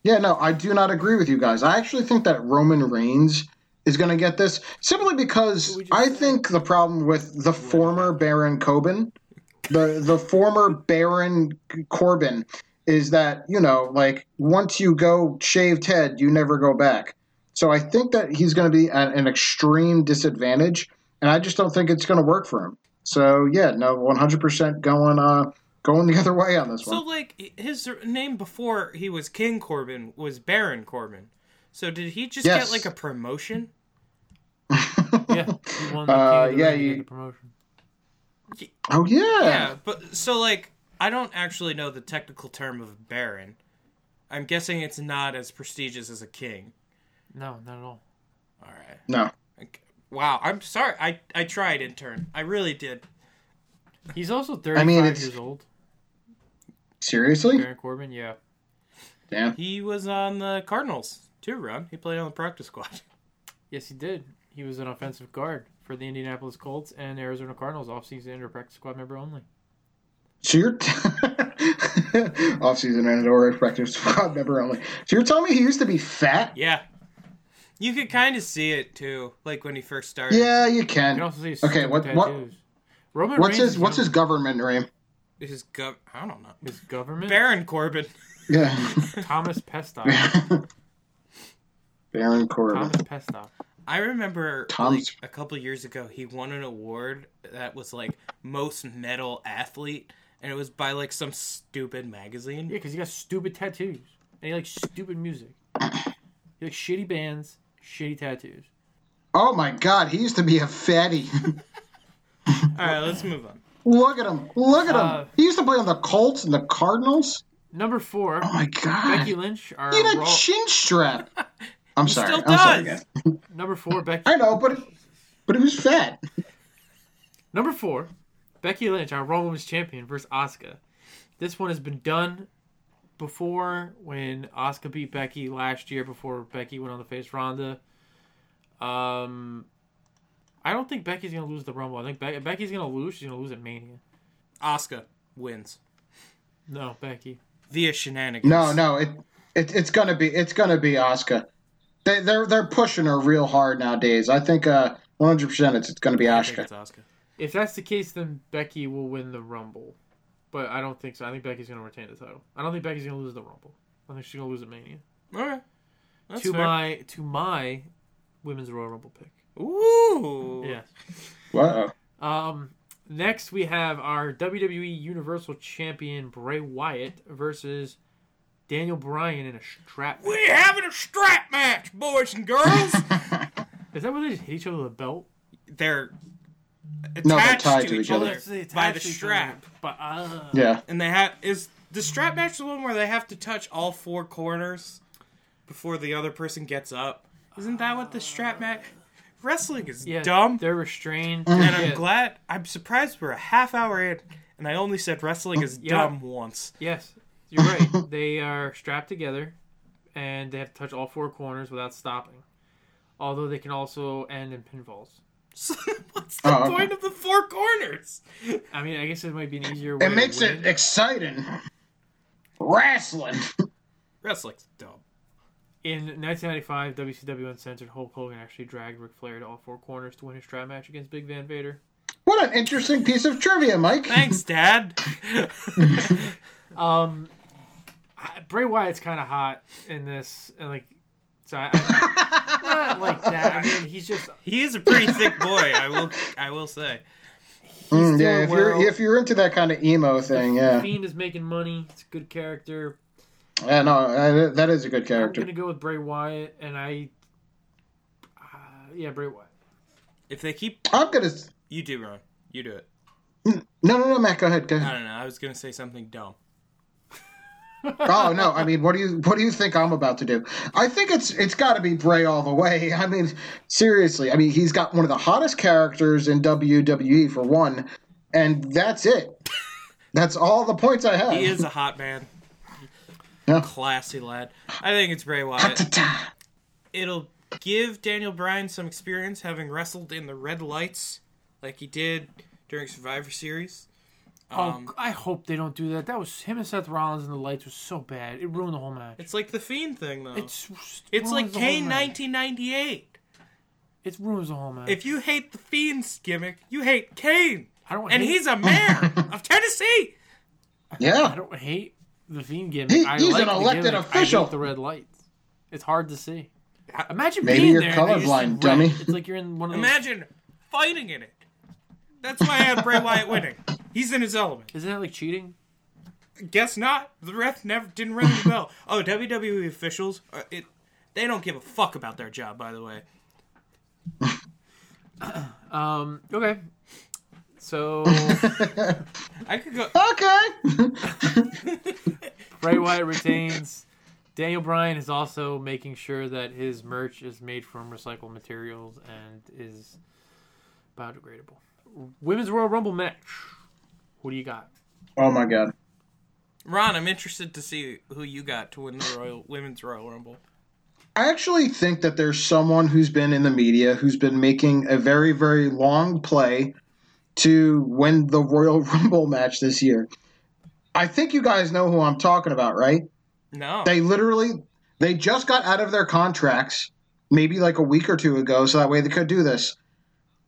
D: yeah, no, I do not agree with you guys. I actually think that Roman Reigns is going to get this simply because I think the problem with the former Baron Corbin, the the former Baron Corbin, is that you know like once you go shaved head, you never go back. So I think that he's going to be at an extreme disadvantage, and I just don't think it's going to work for him. So yeah, no, one hundred percent going uh going the other way on this
C: So
D: one.
C: like his name before he was King Corbin was Baron Corbin. So did he just
D: Yes.
C: get like a promotion? [laughs]
B: Yeah, he won the
D: Uh,
B: King of the
D: yeah,
B: Ring, he
D: you-
B: got the promotion.
D: Oh
C: Yeah, but so like I don't actually know the technical term of Baron. I'm guessing it's not as prestigious as a king.
B: No, not at all.
C: All right.
D: no.
C: Okay. Wow, I'm sorry. I I tried intern. I really did.
B: He's also 35
D: it's-
B: years
D: [laughs]
B: old.
D: Seriously?
B: Baron Corbin, yeah.
D: Damn.
C: He was on the Cardinals too, Ron. He played on the practice squad. [laughs]
B: Yes, he did. He was an offensive guard for the Indianapolis Colts and Arizona Cardinals offseason under practice squad member only.
D: So you're [laughs] off-season and or practice squad member only. So you're telling me he used to be fat?
C: Yeah. You could kind of see it too, like when he first started.
D: Yeah, you
B: You
D: can.
B: can also see his
D: Okay,
B: stupid
D: what- what-
B: tattoos. Roman
D: What's
B: Reigns
D: his
B: is
D: What's
B: young.
D: his government name?
C: His gov I don't know.
B: his government?
C: Baron Corbin.
D: Yeah, [laughs]
B: Thomas Pestock.
D: Baron Corbin.
B: Thomas Pestock.
C: I remember like,
D: Tom's-
C: a couple years ago he won an award that was like most metal athlete and it was by like some stupid
B: Yeah,
C: magazine.
B: because he got stupid tattoos. And he likes stupid music. He likes shitty bands, shitty tattoos.
D: Oh my God, he used to be a fatty. [laughs]
C: All right, let's move on.
D: Look at him. Look at him.
B: Uh,
D: he used to play on the Colts and the Cardinals.
B: Number four,
D: Oh my God.
B: Becky Lynch. Our
D: he had a
B: Raw-
C: [laughs]
D: chin strap. I'm sorry.
C: still
D: I'm sorry,
C: does.
D: guys.
B: number four, Becky.
D: I know, but but he was fat.
B: Number four, Becky Lynch, our Raw Women's Champion versus Asuka. This one has been done before when Asuka beat Becky last year before Becky went on the face Ronda. Um, I don't think Becky's gonna lose the Rumble. I think Be- if Becky's gonna lose. She's gonna lose at Mania.
C: Oscar wins
B: No, Becky.
C: via shenanigans.
D: No, no, it, it it's gonna be it's gonna be Oscar. They they're they're pushing her real hard nowadays. I think uh 100 percent it's it's gonna be
C: I think
D: Oscar.
C: it's Oscar.
B: If that's the case, then Becky will win the Rumble. But I don't think so. I think Becky's gonna retain the title. I don't think Becky's gonna lose the Rumble. I think she's gonna lose at Mania.
C: All right. That's
B: to
C: fair.
B: my to my women's Royal Rumble pick.
C: Ooh.
B: Yeah.
D: Wow.
B: Um, next, we have our WWE Universal Champion Bray Wyatt versus Daniel Bryan in a strap. match.
C: We having a strap match, boys and
D: [laughs]
C: girls.
B: Is that where they just hit each other with a belt?
C: they're attached
D: tied
C: to, each other, by the strap.
B: But uh,
D: Yeah.
C: And they have is the strap match the one where they have to touch all four corners before the other person gets up. Isn't that what the strap match? Wrestling is
B: yeah,
C: dumb, Mm-hmm.
B: They're restrained.
C: and I'm
B: yeah,
C: glad. I'm surprised we're a half hour in, and I only said wrestling is
B: Yeah.
C: dumb once.
B: Yes, you're right. [laughs] they are strapped together, and they have to touch all four corners without stopping. Although they can also end in pinfalls.
C: [laughs] So what's the
D: Oh, okay.
C: point of the four corners?
B: I mean, I guess it might be an easier way.
D: It makes
B: to win.
D: it exciting. Wrestling. [laughs]
C: Wrestling's dumb.
B: In 1995, WCW Uncensored, Hulk Hogan actually dragged Ric Flair to all four corners to win his strap match against Big Van Vader.
D: What an interesting piece of trivia, Mike.
C: Thanks, Dad. [laughs]
B: Um, I- Bray Wyatt's kind of hot in this, and like, so I, I not like that. I mean, he's just
C: he is a pretty thick boy. I will. I will say.
D: Mm,
B: doing
D: yeah, if
B: well.
D: you're if you're into that kind of emo thing, yeah,
B: Fiend is making money. It's a good character.
D: yeah, no, I, that is a good
B: I'm
D: character.
B: gonna go with Bray Wyatt, and I, uh, yeah, Bray Wyatt.
C: If they keep
D: I'm gonna.
C: you do, Ron. You do it.
D: No, no, no, Matt, go ahead. Go
C: I
D: ahead.
C: don't know. I was gonna say something dumb.
D: Oh no! I mean, what do you what do you think I'm about to do? I think it's it's got to be Bray all the way. [laughs] I mean, seriously. I mean, he's got one of the hottest characters in WWE for one, and that's it. That's all the points I have.
C: He is a hot man.
D: Yeah.
C: Classy lad. I think it's Bray Wyatt.
D: Ta-ta.
C: It'll give Daniel Bryan some experience having wrestled in the red lights like he did during Survivor Series. Um,
B: oh, I hope they don't do that. That was him and Seth Rollins, and the lights was so bad. It ruined the whole match.
C: Uh, It's like the Fiend thing, though. It's,
B: It's
C: like
B: ruins the whole
C: Kane
B: match.
C: 1998.
B: It ruins the whole match.
C: If you hate the Fiend's gimmick, you hate Kane.
B: I don't
C: And
B: hate,
C: he's a mayor of Tennessee.
B: I
D: Yeah.
B: don't hate the Fiend gimmick.
D: He-
B: I
D: he's
B: like
D: an
B: the
D: elected
B: gimmick. I hate
D: official.
B: the red lights. It's hard to see. Imagine
D: Maybe
B: being
D: you're
B: there and you see
D: colorblind,
B: red.
D: dummy.
B: It's like you're in one of those.
C: Imagine fighting in it. That's why I had Bray Wyatt winning. He's in his element.
B: Isn't that like cheating?
C: Guess not. The ref never didn't ring the bell. Oh, WWE officials, are, it, they don't give a fuck about their job. By the way,
B: Um. Okay.
D: [laughs]
B: So
C: I could go. [laughs]
D: Okay. [laughs]
B: Bray Wyatt retains. Daniel Bryan is also making sure that his merch is made from recycled materials and is biodegradable. Women's Royal Rumble match. What do you got?
D: oh my god.
C: Ron, I'm interested to see who you got to win the Royal Women's Royal Rumble.
D: I actually think that there's someone who's been in the media who's been making a very, very long play to win the Royal [laughs] Rumble match this year. I think you guys know who I'm talking about, right?
C: No,
D: They literally they just got out of their contracts maybe like a week or two ago, so that way they could do this.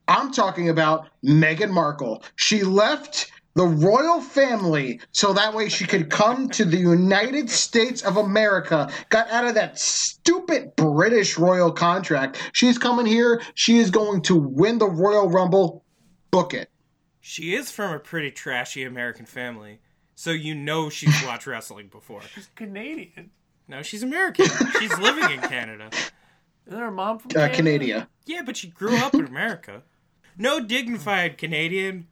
D: I'm talking about Meghan Markle. She left the royal family so that way she could come to the United States of America. Got out of that stupid British royal contract. She's coming here. She is going to win the Royal Rumble. Book it.
C: she is from a pretty trashy American family, so you know she's watched [laughs] wrestling before.
B: Canadian.
C: No, she's American. She's living in Canada.
B: Isn't her mom from
D: Uh,
B: Canada?
D: Canada.
C: Yeah, but she grew up in America. No dignified Canadian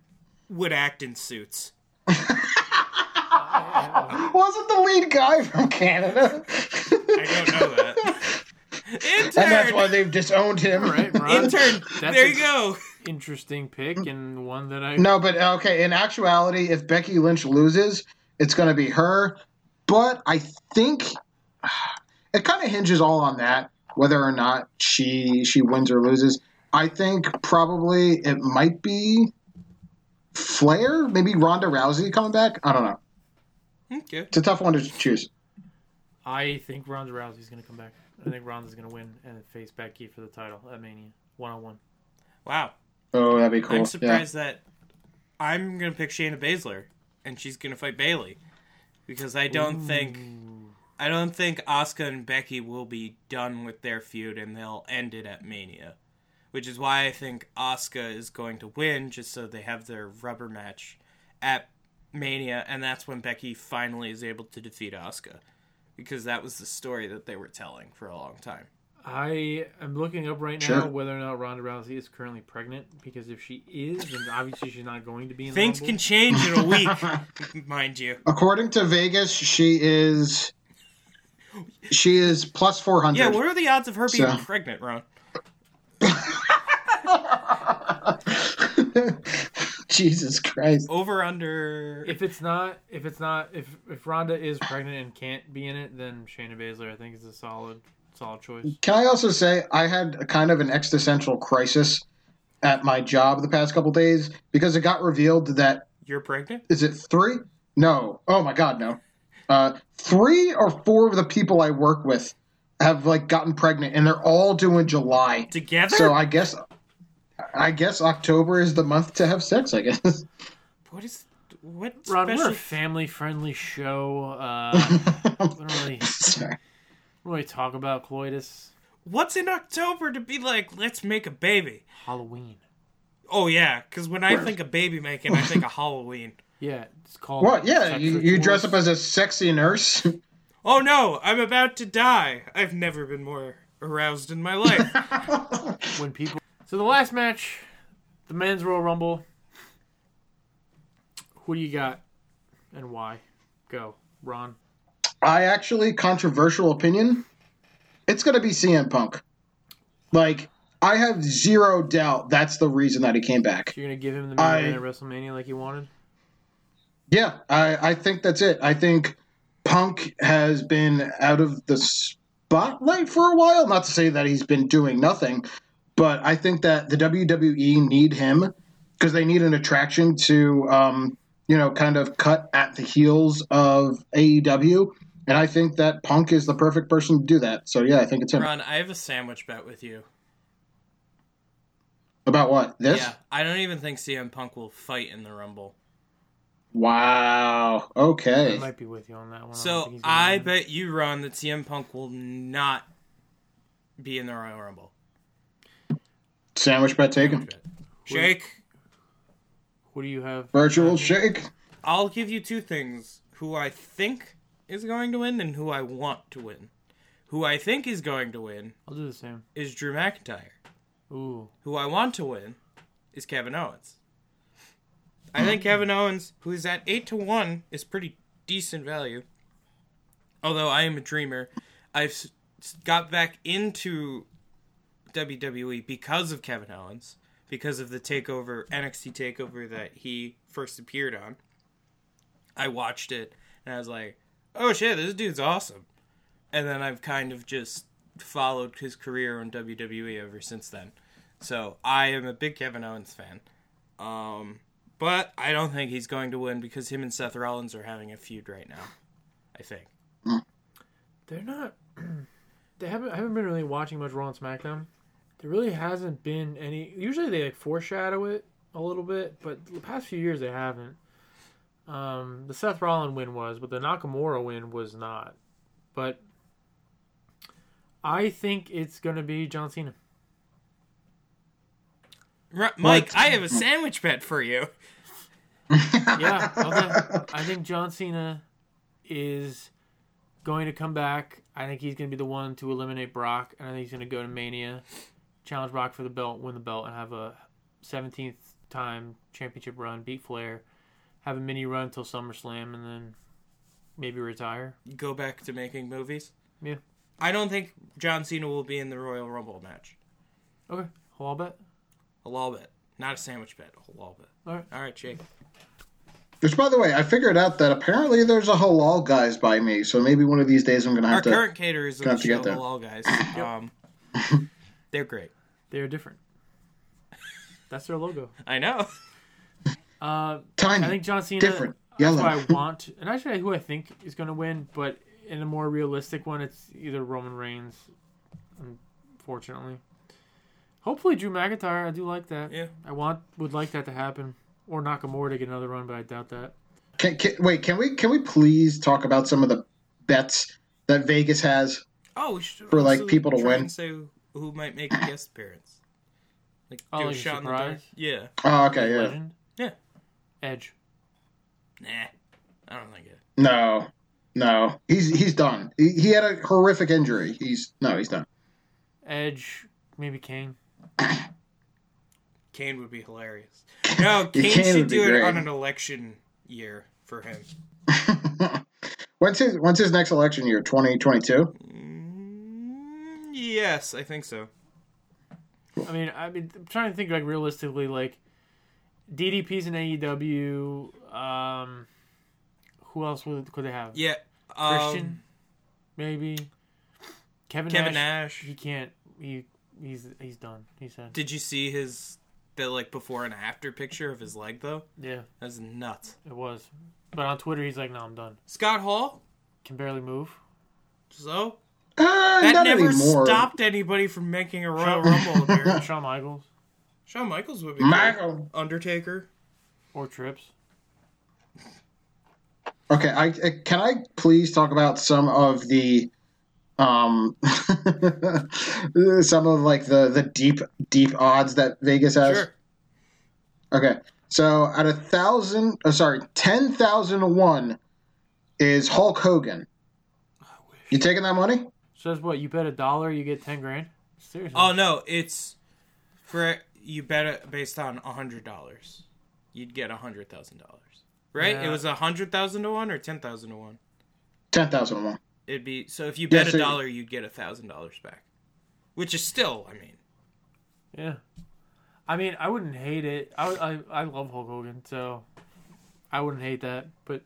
C: would act in suits.
D: Wasn't the lead guy from
B: [laughs]
D: Canada?
C: I don't know that.
D: and that's why
C: Intern,
D: they've disowned him.
B: All right, Ron.
C: intern.
B: [laughs] That's
C: there
B: a-
C: you go. [laughs]
B: Interesting pick and one that I.
D: Mm. No, but okay. In actuality, if Becky Lynch loses, it's going to be her. But I think [sighs] it kind of hinges all on that, whether or not she she wins or loses. I think probably it might be Flair, maybe Ronda Rousey coming back. I don't know.
C: Okay.
D: It's a tough one to choose.
B: I think Ronda Rousey's going to come back. I think Ronda's going to win and face Becky for the title at Mania, one on one.
C: Wow.
D: Oh, that'd be cool.
C: I'm surprised that I'm gonna pick Shayna Baszler, and she's gonna fight Bailey, because I don't think I don't think Asuka and Becky will be done with their feud, and they'll end it at Mania, which is why I think Asuka is going to win, just so they have their rubber match at Mania, and that's when Becky finally is able to defeat Asuka, because that was the story that they were telling for a long time.
B: I am looking up right now
D: Sure.
B: whether or not Ronda Rousey is currently pregnant because if she is, then obviously she's not going to be in the
C: Things
B: Rumble.
C: can change in a week, [laughs] mind you.
D: Yeah. According to Vegas, she is she is plus four hundred.
C: Yeah, what are the odds of her being
D: So-
C: pregnant, Ron?
D: [laughs] Jesus Christ.
C: Over under.
B: If it's not, if it's not, if if Ronda is pregnant and can't be in it, then Shayna Baszler I think is a solid solid choice.
D: Can I also say I had a kind of an existential crisis at my job the past couple days because it got revealed that
C: You're pregnant?
D: is it three? No. Oh my God, no. Uh, three or four of the people I work with have like gotten pregnant, and they're all doing July.
C: Together?
D: So I guess, I guess October is the month to have sex. I guess. [laughs]
C: what is. What
B: Ron, we're
C: special.
B: a family friendly show.
D: [laughs]
B: Uh, we don't really, we don't
D: Sorry.
B: really talk about coitus.
C: What's in October to be like, let's make a baby?
B: Halloween.
C: Oh, yeah, because when I think of baby making, I think of Halloween.
B: Yeah, it's called.
D: What? Yeah,
B: sex
D: you, you dress up
B: rituals.
D: as a sexy nurse.
C: Oh no, I'm about to die. I've never been more aroused in my life.
D: [laughs]
B: when people. So the last match, the men's Royal Rumble. Who do you got, and why? Go, Ron.
D: I actually controversial opinion. It's going to be CM Punk. Like I have zero doubt that's the reason that he came back.
B: You're gonna give him the main
D: I-
B: event at WrestleMania like you wanted.
D: Yeah, I, I think that's it. I think Punk has been out of the spotlight for a while. Not to say that he's been doing nothing, but I think that the WWE need him because they need an attraction to, um, you know, kind of cut at the heels of AEW. And I think that Punk is the perfect person to do that. So yeah, I think it's him.
C: Ron, I have a sandwich bet with you.
D: About what? This?
C: Yeah, I don't even think CM Punk will fight in the Rumble.
D: Wow.
B: I
D: Okay.
B: might be with you on that one. I don't think
C: So
B: he's gonna
C: I
B: win.
C: bet you, Ron, that CM Punk will not be in the Royal Rumble.
D: Sandwich bet taken.
C: Jake,
B: Who do you have?
D: Virtual shake.
C: I'll give you two things: who I think is going to win and who I want to win. Who I think is going to win
B: I'll do the same.
C: is Drew McIntyre.
B: Ooh,
C: Who I want to win is Kevin Owens. I think Kevin Owens, who is at 8 to 1, is pretty decent value. Although I am a dreamer, I've s- s- got back into WWE because of Kevin Owens, because of the takeover, NXT takeover that he first appeared on. I watched it and I was like, oh shit, this dude's awesome. And then I've kind of just followed his career on WWE ever since then. So I am a big Kevin Owens fan. Um, but I don't think he's going to win because him and Seth Rollins are having a feud right now. I think.
B: they're not. [clears throat] They haven't. I haven't been really watching much Raw and SmackDown. There really hasn't been any. Usually they like foreshadow it a little bit, but the past few years they haven't. Um, the Seth Rollins win was, but the Nakamura win was not. But I think it's gonna be John Cena.
C: R- Mike, I have a sandwich bet for you.
B: yeah, okay. I think John Cena is going to come back. I think he's going to be the one to eliminate Brock, and I think he's going to go to Mania, challenge Brock for the belt, win the belt, and have a 17th time championship run, beat Flair, have a mini run till SummerSlam, and then maybe retire.
C: Go back to making movies.
B: Yeah.
C: I don't think John Cena will be in the Royal Rumble match.
B: Okay, I'll bet.
C: A law bet. Not a sandwich bet. A law bet.
B: All right.
C: All right, Jake.
D: Which, by the way, I figured out that apparently there's a halal guys by me, so maybe one of these days I'm gonna
C: Our
D: have to.
C: current caterers of the
D: Got to
C: show,
D: get there.
C: Halal guys. Um, they're great.
B: They're different. That's their logo.
C: I know.
B: Uh,
D: Tiny,
B: I think John Cena.
D: different,
B: That's
D: yellow.
B: what
D: [laughs]
B: I want, and actually, who I think is going to win, but in a more realistic one, it's either Roman Reigns, unfortunately. Hopefully, Drew McIntyre. I do like that.
C: Yeah.
B: I want would like that to happen, or Nakamura to get another run, but I doubt that.
D: Can, can, wait, can we can we please talk about some of the bets that Vegas has?
C: Oh, we should
D: For, like,
C: also
D: people to
C: try
D: win.
C: And say who- who might make a guest appearance. Like
B: Oh,
C: do
B: like
C: a
B: a
C: shot in the dark.
B: surprise?
C: Yeah.
D: Oh, okay, yeah,
B: Legend.
C: Yeah.
B: Edge.
C: Nah. I don't think it.
D: no, no, he's he's done. He, he had a horrific injury. He's no, he's done.
B: Edge. Maybe Kane.
C: Kane would be hilarious.
D: [laughs]
C: No, Kane,
D: Kane
C: should
D: would be
C: do it
D: great.
C: on an election year for him.
D: When's his When's his next election year? Twenty twenty two.
C: Mm, yes, I think so.
B: I mean, I mean, I'm trying to think like realistically, like DDP's in AEW. Um, who else would, could they have?
C: Yeah. Um,
B: Christian, maybe. Kevin,
C: Kevin
B: Nash,
C: Nash.
B: He can't. He he's he's done. He said.
C: Did you see his the like before and after picture of his leg though?
B: Yeah,
C: That's nuts.
B: it was. But on Twitter, he's like, "No, I'm done.
C: Scott Hall.
B: Can barely move."
C: So
D: Uh,
C: that
D: not
C: never
D: anymore.
C: stopped anybody from making a
B: Shawn-
C: Royal
D: [laughs]
C: Rumble appearance.
B: Shawn Michaels
C: Shawn Michaels would be cool.
D: Michael.
C: Undertaker.
B: or Trips.
D: Okay, I, I can I please talk about some of the um [laughs] some of like the the deep deep odds that Vegas has.
C: Sure.
D: Okay, so at a thousand, oh, sorry, ten thousand to one is Hulk Hogan. You taking that money?
B: So that's what you bet a dollar, you get ten grand. Seriously.
C: Oh no, it's for you bet it based on a hundred dollars. You'd get a hundred thousand dollars, right?
B: Yeah.
C: It was a hundred thousand to one or ten thousand to one.
D: Ten thousand to one.
C: It'd be so if you
D: Yeah,
C: bet a
D: so-
C: dollar, you'd get a thousand dollars back, which is still, I mean,
B: Yeah. I mean, I wouldn't hate it. I I, I love Hulk Hogan, so I wouldn't hate that. But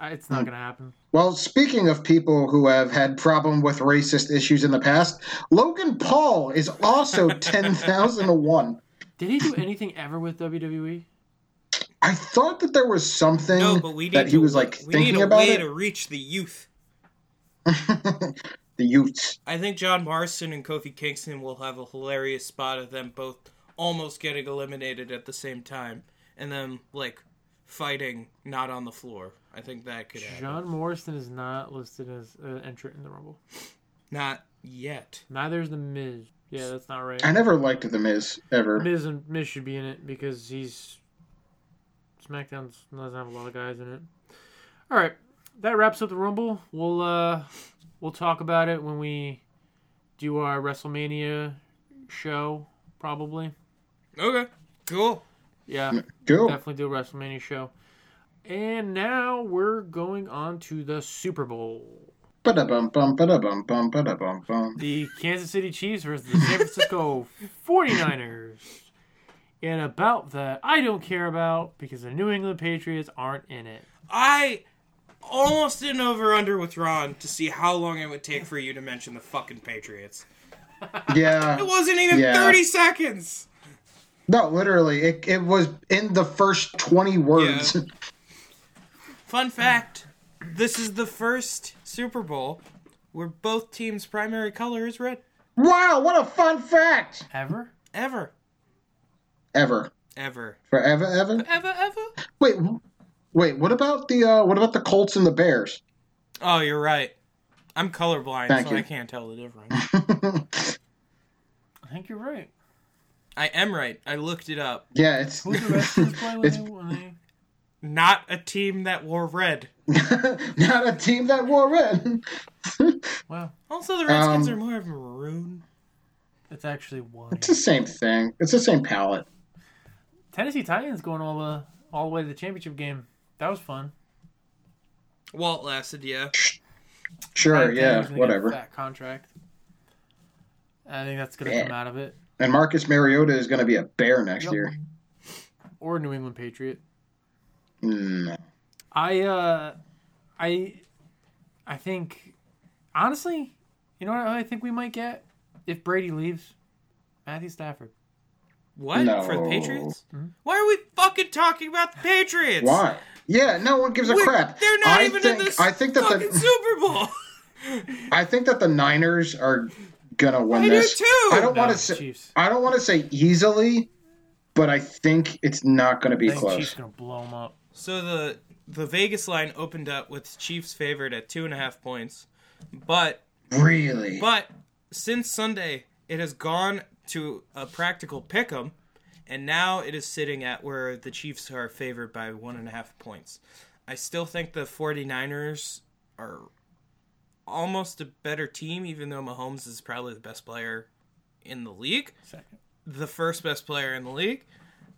B: I, it's not gonna happen.
D: Well, speaking of people who have had problem with racist issues in the past, Logan Paul is also ten thousand to one.
B: Did he do [laughs] anything ever with E? WWE?
D: I thought that there was something
C: no. But we need
D: that he
C: to,
D: was like
C: we
D: thinking
C: need a
D: about
C: way
D: it.
C: to reach the youth.
D: the youths. [laughs]
C: I think John Morrison and Kofi Kingston will have a hilarious spot of them both almost getting eliminated at the same time, and then like fighting not on the floor. I think that could happen.
B: John Morrison is not listed as an entrant in the Rumble.
C: Not yet.
B: Neither is the Miz. Yeah, that's not right.
D: I never liked The Miz ever.
B: Miz and Miz should be in it because he's SmackDown doesn't have a lot of guys in it. All right, that wraps up the Rumble. We'll uh, we'll talk about it when we do our WrestleMania show, probably.
C: Okay. Cool.
B: Yeah,
D: Cool.
B: definitely do a WrestleMania show. And now we're going on to the Super Bowl.
D: Ba-da-bum, bum, ba-da-bum, bum, ba-da-bum, bum.
B: the Kansas City Chiefs versus the San Francisco 49ers. And about that, I don't care about because the New England Patriots aren't in it.
C: I almost did an over under with Ron to see how long it would take for you to mention the fucking Patriots. It
D: Yeah.
C: wasn't even
D: Yeah.
C: 30 seconds.
D: No, literally, it, it was in the first 20 words.
C: Yeah. Fun fact this is the first Super Bowl where both teams' primary color is red.
D: [laughs] wow, what a fun fact!
B: Ever?
C: Ever.
D: Ever.
C: Ever.
D: Forever, ever?
C: Ever, ever?
D: Wait, wh- wait, what about the, uh, what about the Colts and the Bears? [laughs]
C: Oh, you're right. I'm colorblind,
D: Thank
C: so
D: you.
C: I can't tell the difference. [laughs]
B: I think you're right.
C: I am right. I looked it up.
D: Yeah, it's,
B: Who's the rest of this play when
D: It's- [laughs]
B: they, when they-
C: Not a team that wore red.
D: [laughs] not a team that wore red.
B: Well,
C: Also, the Redskins
D: Um,
C: are more of a maroon.
B: it's actually one.
D: It's the same thing. It's the same palette.
B: [laughs] Tennessee Titans going all the all the way to the championship game. That was fun.
C: Walt lasted, yeah.
D: Sure,
B: I think
D: yeah,
B: he's gonna get
D: whatever.
B: That contract. I think that's gonna
D: Yeah.
B: come out of it.
D: And Marcus Mariota is going to be a bear next
B: Yep.
D: year.
B: Or New England Patriot.
D: No.
B: I uh I I think honestly, you know what I think we might get if Brady leaves? Matthew Stafford.
C: What?
D: No.
C: For the Patriots? Why are we fucking talking about the Patriots?
D: Why? Yeah, no one gives a
C: We're-
D: crap.
C: They're not
D: I
C: even
D: think,
C: in this
D: I think that
C: fucking
D: the
C: Super Bowl. [laughs]
D: I think that the Niners are gonna win
C: I do
D: this.
C: too.
D: I don't
B: No,
D: want to say
B: Chiefs.
D: I don't want to say easily, but I think it's not going to be
B: I think Chiefs
D: close.
B: gonna blow him up.
C: so the the Vegas line opened up with Chiefs favored at two and a half points, but
D: Really?
C: but since Sunday it has gone to a practical pick 'em, and now it is sitting at where the Chiefs are favored by one and a half points. I still think the 49ers are almost a better team, even though Mahomes is probably the best player in the league.
B: Second.
C: the first best player in the league.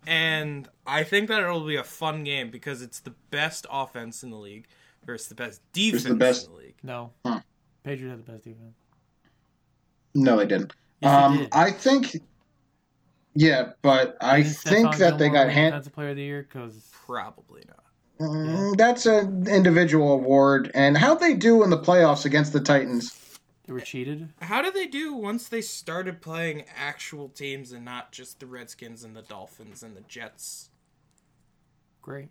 C: And I think that it'll be a fun game because it's the best offense in the league versus the best defense
D: best-
C: in the league.
B: No.
D: Huh.
B: Patriots have the best defense.
D: No, they didn't.
B: Yes, they
D: um,
B: did.
D: I think. Yeah, but I think
B: Stephon
D: that they
B: Gilmore
D: got
B: won
D: hand.
B: Defensive player of the year because
C: Probably not.
D: Mm, That's an individual award, and how they do in the playoffs against the Titans.
B: they were cheated.
C: How did they do once they started playing actual teams and not just the Redskins and the Dolphins and the Jets?
B: Great.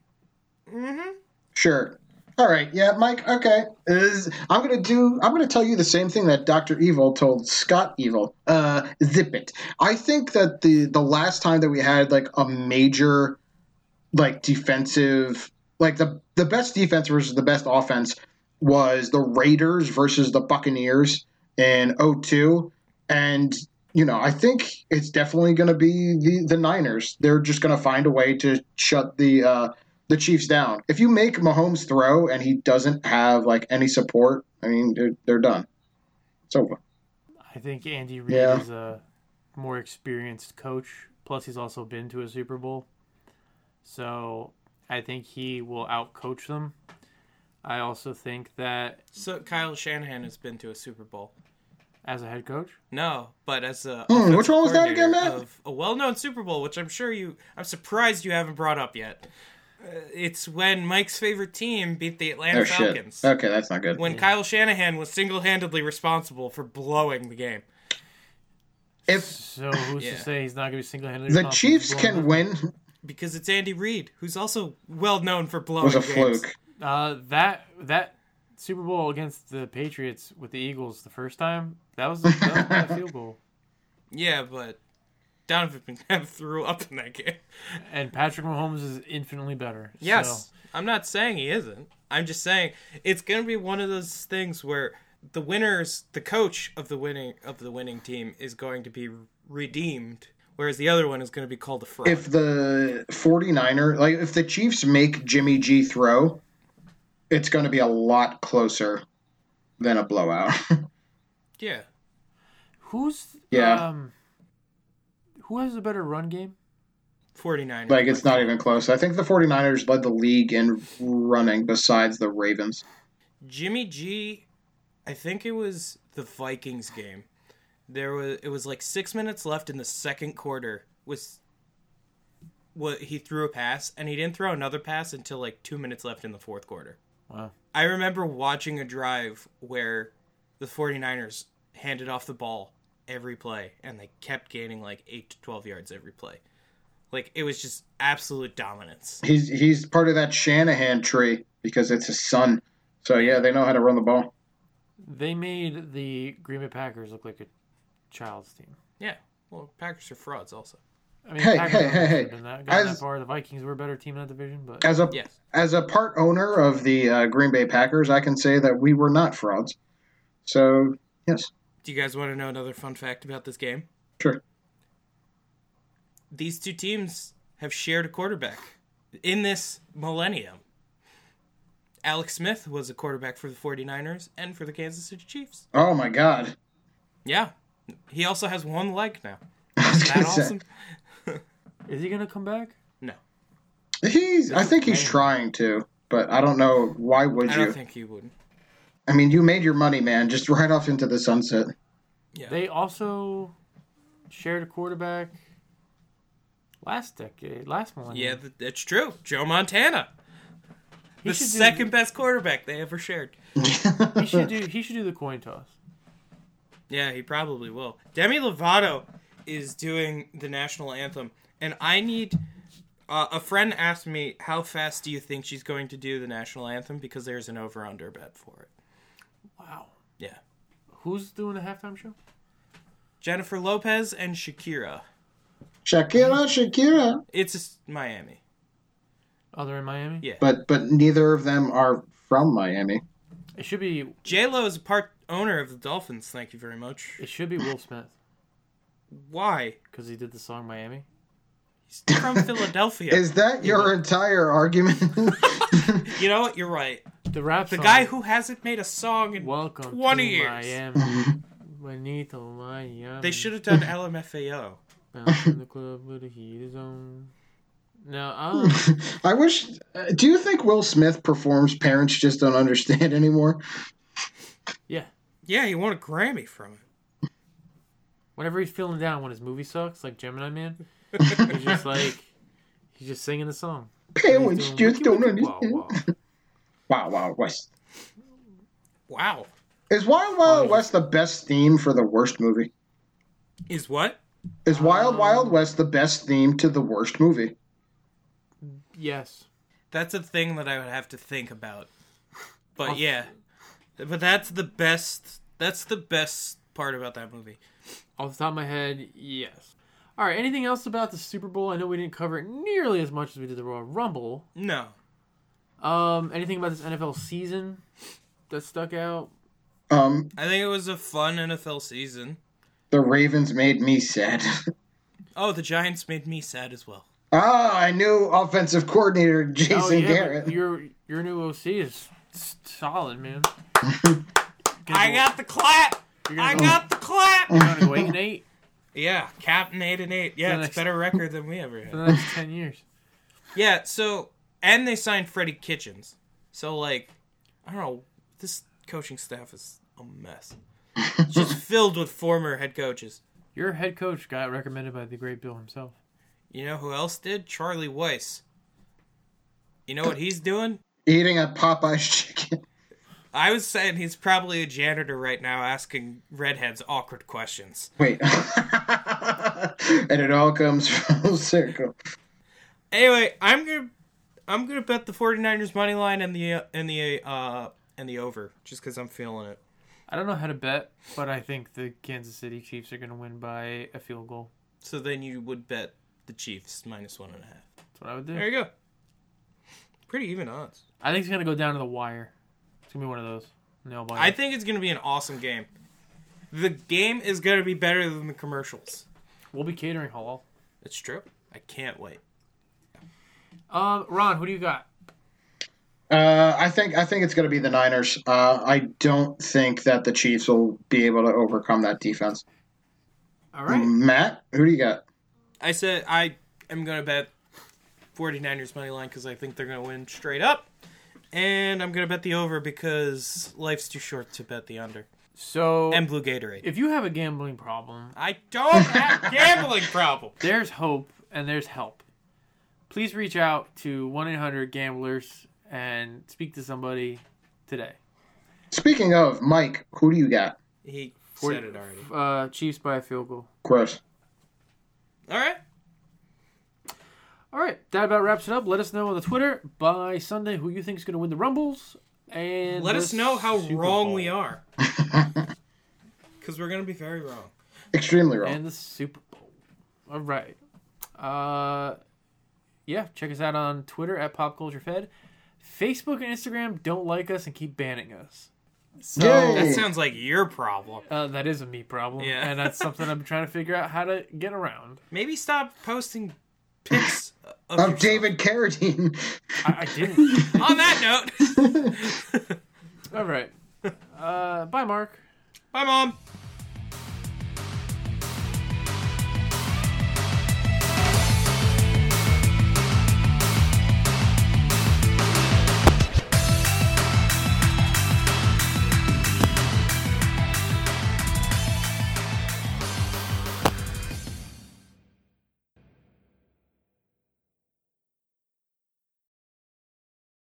D: Sure. All right. Yeah, Mike. Okay. Is- I'm gonna do. I'm gonna tell you the same thing that Doctor Evil told Scott Evil. Uh, zip it. I think that the the last time that we had like a major, like defensive, like the the best defense versus the best offense was the Raiders versus the Buccaneers in 02. and you know I think it's definitely going to be the the Niners. They're just going to find a way to shut the. Uh, the Chiefs down. If you make Mahomes throw and he doesn't have like any support, I mean they're, they're done. It's over.
B: I think Andy Reid
D: Yeah.
B: is a more experienced coach. Plus, he's also been to a Super Bowl, so I think he will outcoach them. I also think that
C: So Kyle Shanahan has been to a Super Bowl.
B: as a head coach,
C: No, but as a
D: Hmm, which
C: offensive
D: one was that again,
C: coordinator
D: Matt?
C: Of a well-known Super Bowl, which I'm sure you, I'm surprised you haven't brought up yet. Uh, it's when Mike's favorite team beat the Atlanta
D: Oh shit.
C: Falcons.
D: Okay, that's not good.
C: When Kyle Shanahan was single-handedly responsible for blowing the game.
D: If
B: so who's
C: Yeah.
B: to say he's not going to be single-handedly?
D: the
B: responsible for
D: Chiefs
B: blowing
D: can
B: up?
D: win,
C: Because it's Andy Reid, who's also well known for blowing
D: [laughs] was a
C: games.
D: fluke.
B: Uh, that that Super Bowl against the Patriots
D: [laughs]
B: with the Eagles the first time that was, that was by a field goal.
C: Yeah, but Donovan [laughs] McNabb threw up in that game.
B: And Patrick Mahomes is infinitely better.
C: Yes.
B: So,
C: I'm not saying he isn't. I'm just saying it's going to be one of those things where the winners, the coach of the winning of the winning team is going to be redeemed whereas the other one is going to be called a fraud.
D: if the 49er like if the chiefs make jimmy g throw it's going to be a lot closer than a blowout [laughs]
C: yeah.
B: who's
D: Yeah.
B: um who has a better run game?
C: 49.
D: like it's not even close i think the 49ers led the league in running besides the ravens
C: Jimmy G, I think it was the Vikings game. There was it was like six minutes left in the second quarter. Was what he threw a pass and he didn't throw another pass until like two minutes left in the fourth quarter.
B: Wow.
C: I remember watching a drive where the 49ers handed off the ball every play and they kept gaining like 8 to 12 yards every play. Like it was just absolute dominance.
D: he's he's part of that shanahan tree because it's his son so yeah they know how to run the ball
B: They made the Green Bay Packers look like a child's team.
C: Yeah. Well, Packers are frauds also.
B: I mean,
D: Hey,
B: Packers
D: hey,
B: don't
D: hey,
B: should've
D: hey.
B: Been that, gotten
D: As-
B: that far. The Vikings were a better team in that division, but
D: as a
C: Yes.
D: as a part owner of the uh, green bay packers i can say that we were not frauds so yes
C: Do you guys want to know another fun fact about this game?
D: sure
C: These two teams have shared a quarterback in this millennium. Alex Smith was a quarterback for the 49ers and for the Kansas City Chiefs.
D: oh my god [laughs]
C: Yeah. He also has one leg
B: [laughs]
C: now.
D: I was
C: That
D: gonna say-
C: awesome?
B: is he gonna come back?
C: No.
D: He's. I think he's
B: game.
D: trying to, but I don't know why would
C: I
D: you.
C: don't think he would.
D: I mean, you made your money, man. Just [laughs] right off into the sunset.
C: Yeah.
B: They also shared a quarterback last decade, last millennium.
C: yeah, th- that's true. Joe Montana.
B: He
C: The
B: should do-
C: second best quarterback they ever shared.
B: He should do. He should do the coin toss.
C: Yeah, he probably will. Demi Lovato is doing the national anthem, and I need. Uh, a friend asked me, "How fast do you think she's going to do the national anthem?" Because there's an over/under bet for it.
B: Wow.
C: Yeah,
B: Who's doing the halftime show?
C: Jennifer Lopez and Shakira.
D: Shakira, Shakira.
C: It's just Miami.
B: Oh, they're in Miami.
C: Yeah.
D: But but neither of them are from Miami.
B: It should be.
C: J Lo is a part owner of the Dolphins. Thank you very much.
B: It should be Will Smith
C: Why?
B: because he did the song Miami.
C: He's from Philadelphia.
D: Is that your entire argument?
C: [laughs]
D: [laughs]
C: you know what? You're right.
B: The rap.
C: The guy who hasn't made a song in
B: Welcome
C: 20
B: to
C: years.
B: Miami. Benito Miami.
C: they should have done LMFAO.
B: Out
D: [laughs]
B: in the club with the heat is on. No,
D: [laughs]
B: um,
D: I wish. uh, Do you think Will Smith performs? Parents just don't understand anymore.
B: yeah.
C: Yeah, he won a Grammy from it.
B: Whenever he's feeling down when his movie sucks, like Gemini Man, he's
D: [laughs]
B: just like he's just singing the song.
D: Parents
B: Doing wiki,
D: just don't
B: wiki, wow,
D: understand.
B: wow.
D: Wow, wow, West.
C: Wow.
D: Is Wild Wild West the best theme for the worst movie?
C: Is what?
D: Is
B: Um,
D: Wild Wild West the best theme to the worst movie?
B: Yes.
C: That's a thing that I would have to think about.
B: Oh.
C: But yeah. But that's the best that's the best part about that movie.
B: Off the top of my head, yes. All right. Anything else about the Super Bowl? I know we didn't cover it nearly as much as we did the Royal Rumble.
C: No.
B: Um, anything about this NFL season that stuck out?
D: Um,
C: I think it was a fun NFL season.
D: the Ravens made me sad. [laughs]
C: Oh, the Giants made me sad as well.
D: Ah, I knew offensive coordinator Jason
B: Oh yeah,
D: Garrett.
B: but your your new OC is s- solid,
D: [laughs]
B: man.
C: I got the clap. I got
B: [laughs]
C: the clap.
B: Gonna go eight and eight
C: yeah, Captain 8 and 8.
B: For the
C: Yeah, it's
B: next-
C: a better record than we ever
B: for [laughs]
C: had.
B: the next ten years.
C: Yeah, so and they signed Freddie Kitchens. So like, I don't know, this coaching staff is
B: [laughs]
C: a mess. It's just filled with former head coaches.
B: Your head coach got recommended by the great Bill himself.
C: You know who else did? Charlie Weiss. You know what he's doing?
D: Eating a Popeye's chicken. [laughs]
C: I was saying he's probably a janitor right now asking redheads awkward questions.
D: Wait. [laughs] and it all comes [laughs] full circle.
C: Anyway, I'm going to I'm going to bet the 49ers money line and the uh, and the uh and the over just cuz I'm feeling it.
B: I don't know how to bet, but I think the Kansas City Chiefs are gonna win by a field goal.
C: So then you would bet the Chiefs minus one and a half.
B: That's what I would
C: There
B: do.
C: you go. Pretty even odds.
B: I think it's gonna go down to the wire. It's gonna be one of those nail biter.
C: I think it's going to be an awesome game. The game is going to be better than the commercials.
B: we'll be catering halal.
C: It's true. I can't wait.
B: Um, Ron, who do you got?
D: Uh, I think I think it's going to be the Niners. Uh, I don't think that the Chiefs will be able to overcome that defense.
B: All right.
D: Matt, who do you got?
C: I said I am going to bet 49ers money line because I think they're going to win straight up. And I'm going to bet the over because life's too short to bet the under.
B: So
C: And Blue Gatorade.
B: if you have a gambling problem,
C: I don't have gambling problem.
B: there's hope and there's help. Please reach out to 1 800 Gamblers and speak to somebody today.
D: Speaking of Mike, who do you got?
C: He said it already.
B: Uh, Chiefs by a field goal.
D: Gross.
C: All right.
B: All right, that about wraps it up. Let us know on the Twitter by Sunday who you think is going to win the Rumbles. And
C: Let
B: the
C: us know how
B: Super
C: wrong
B: Bowl.
C: we are. Because we're going to be very wrong.
D: Extremely wrong.
B: And the Super Bowl. All right. Uh, yeah, check us out on Twitter at Pop Culture Fed. Facebook and Instagram don't like us and keep banning us. So
D: Yay.
C: That sounds like your problem.
B: Uh, that is a me problem,
C: Yeah.
B: and that's something I'm trying to figure out how to get around.
C: Maybe stop posting pics of,
D: of
C: yourself.
D: David Carradine.
B: I, I
C: [laughs]
B: didn't.
C: On that note,
B: All right. Uh, bye, Mark.
C: bye, mom.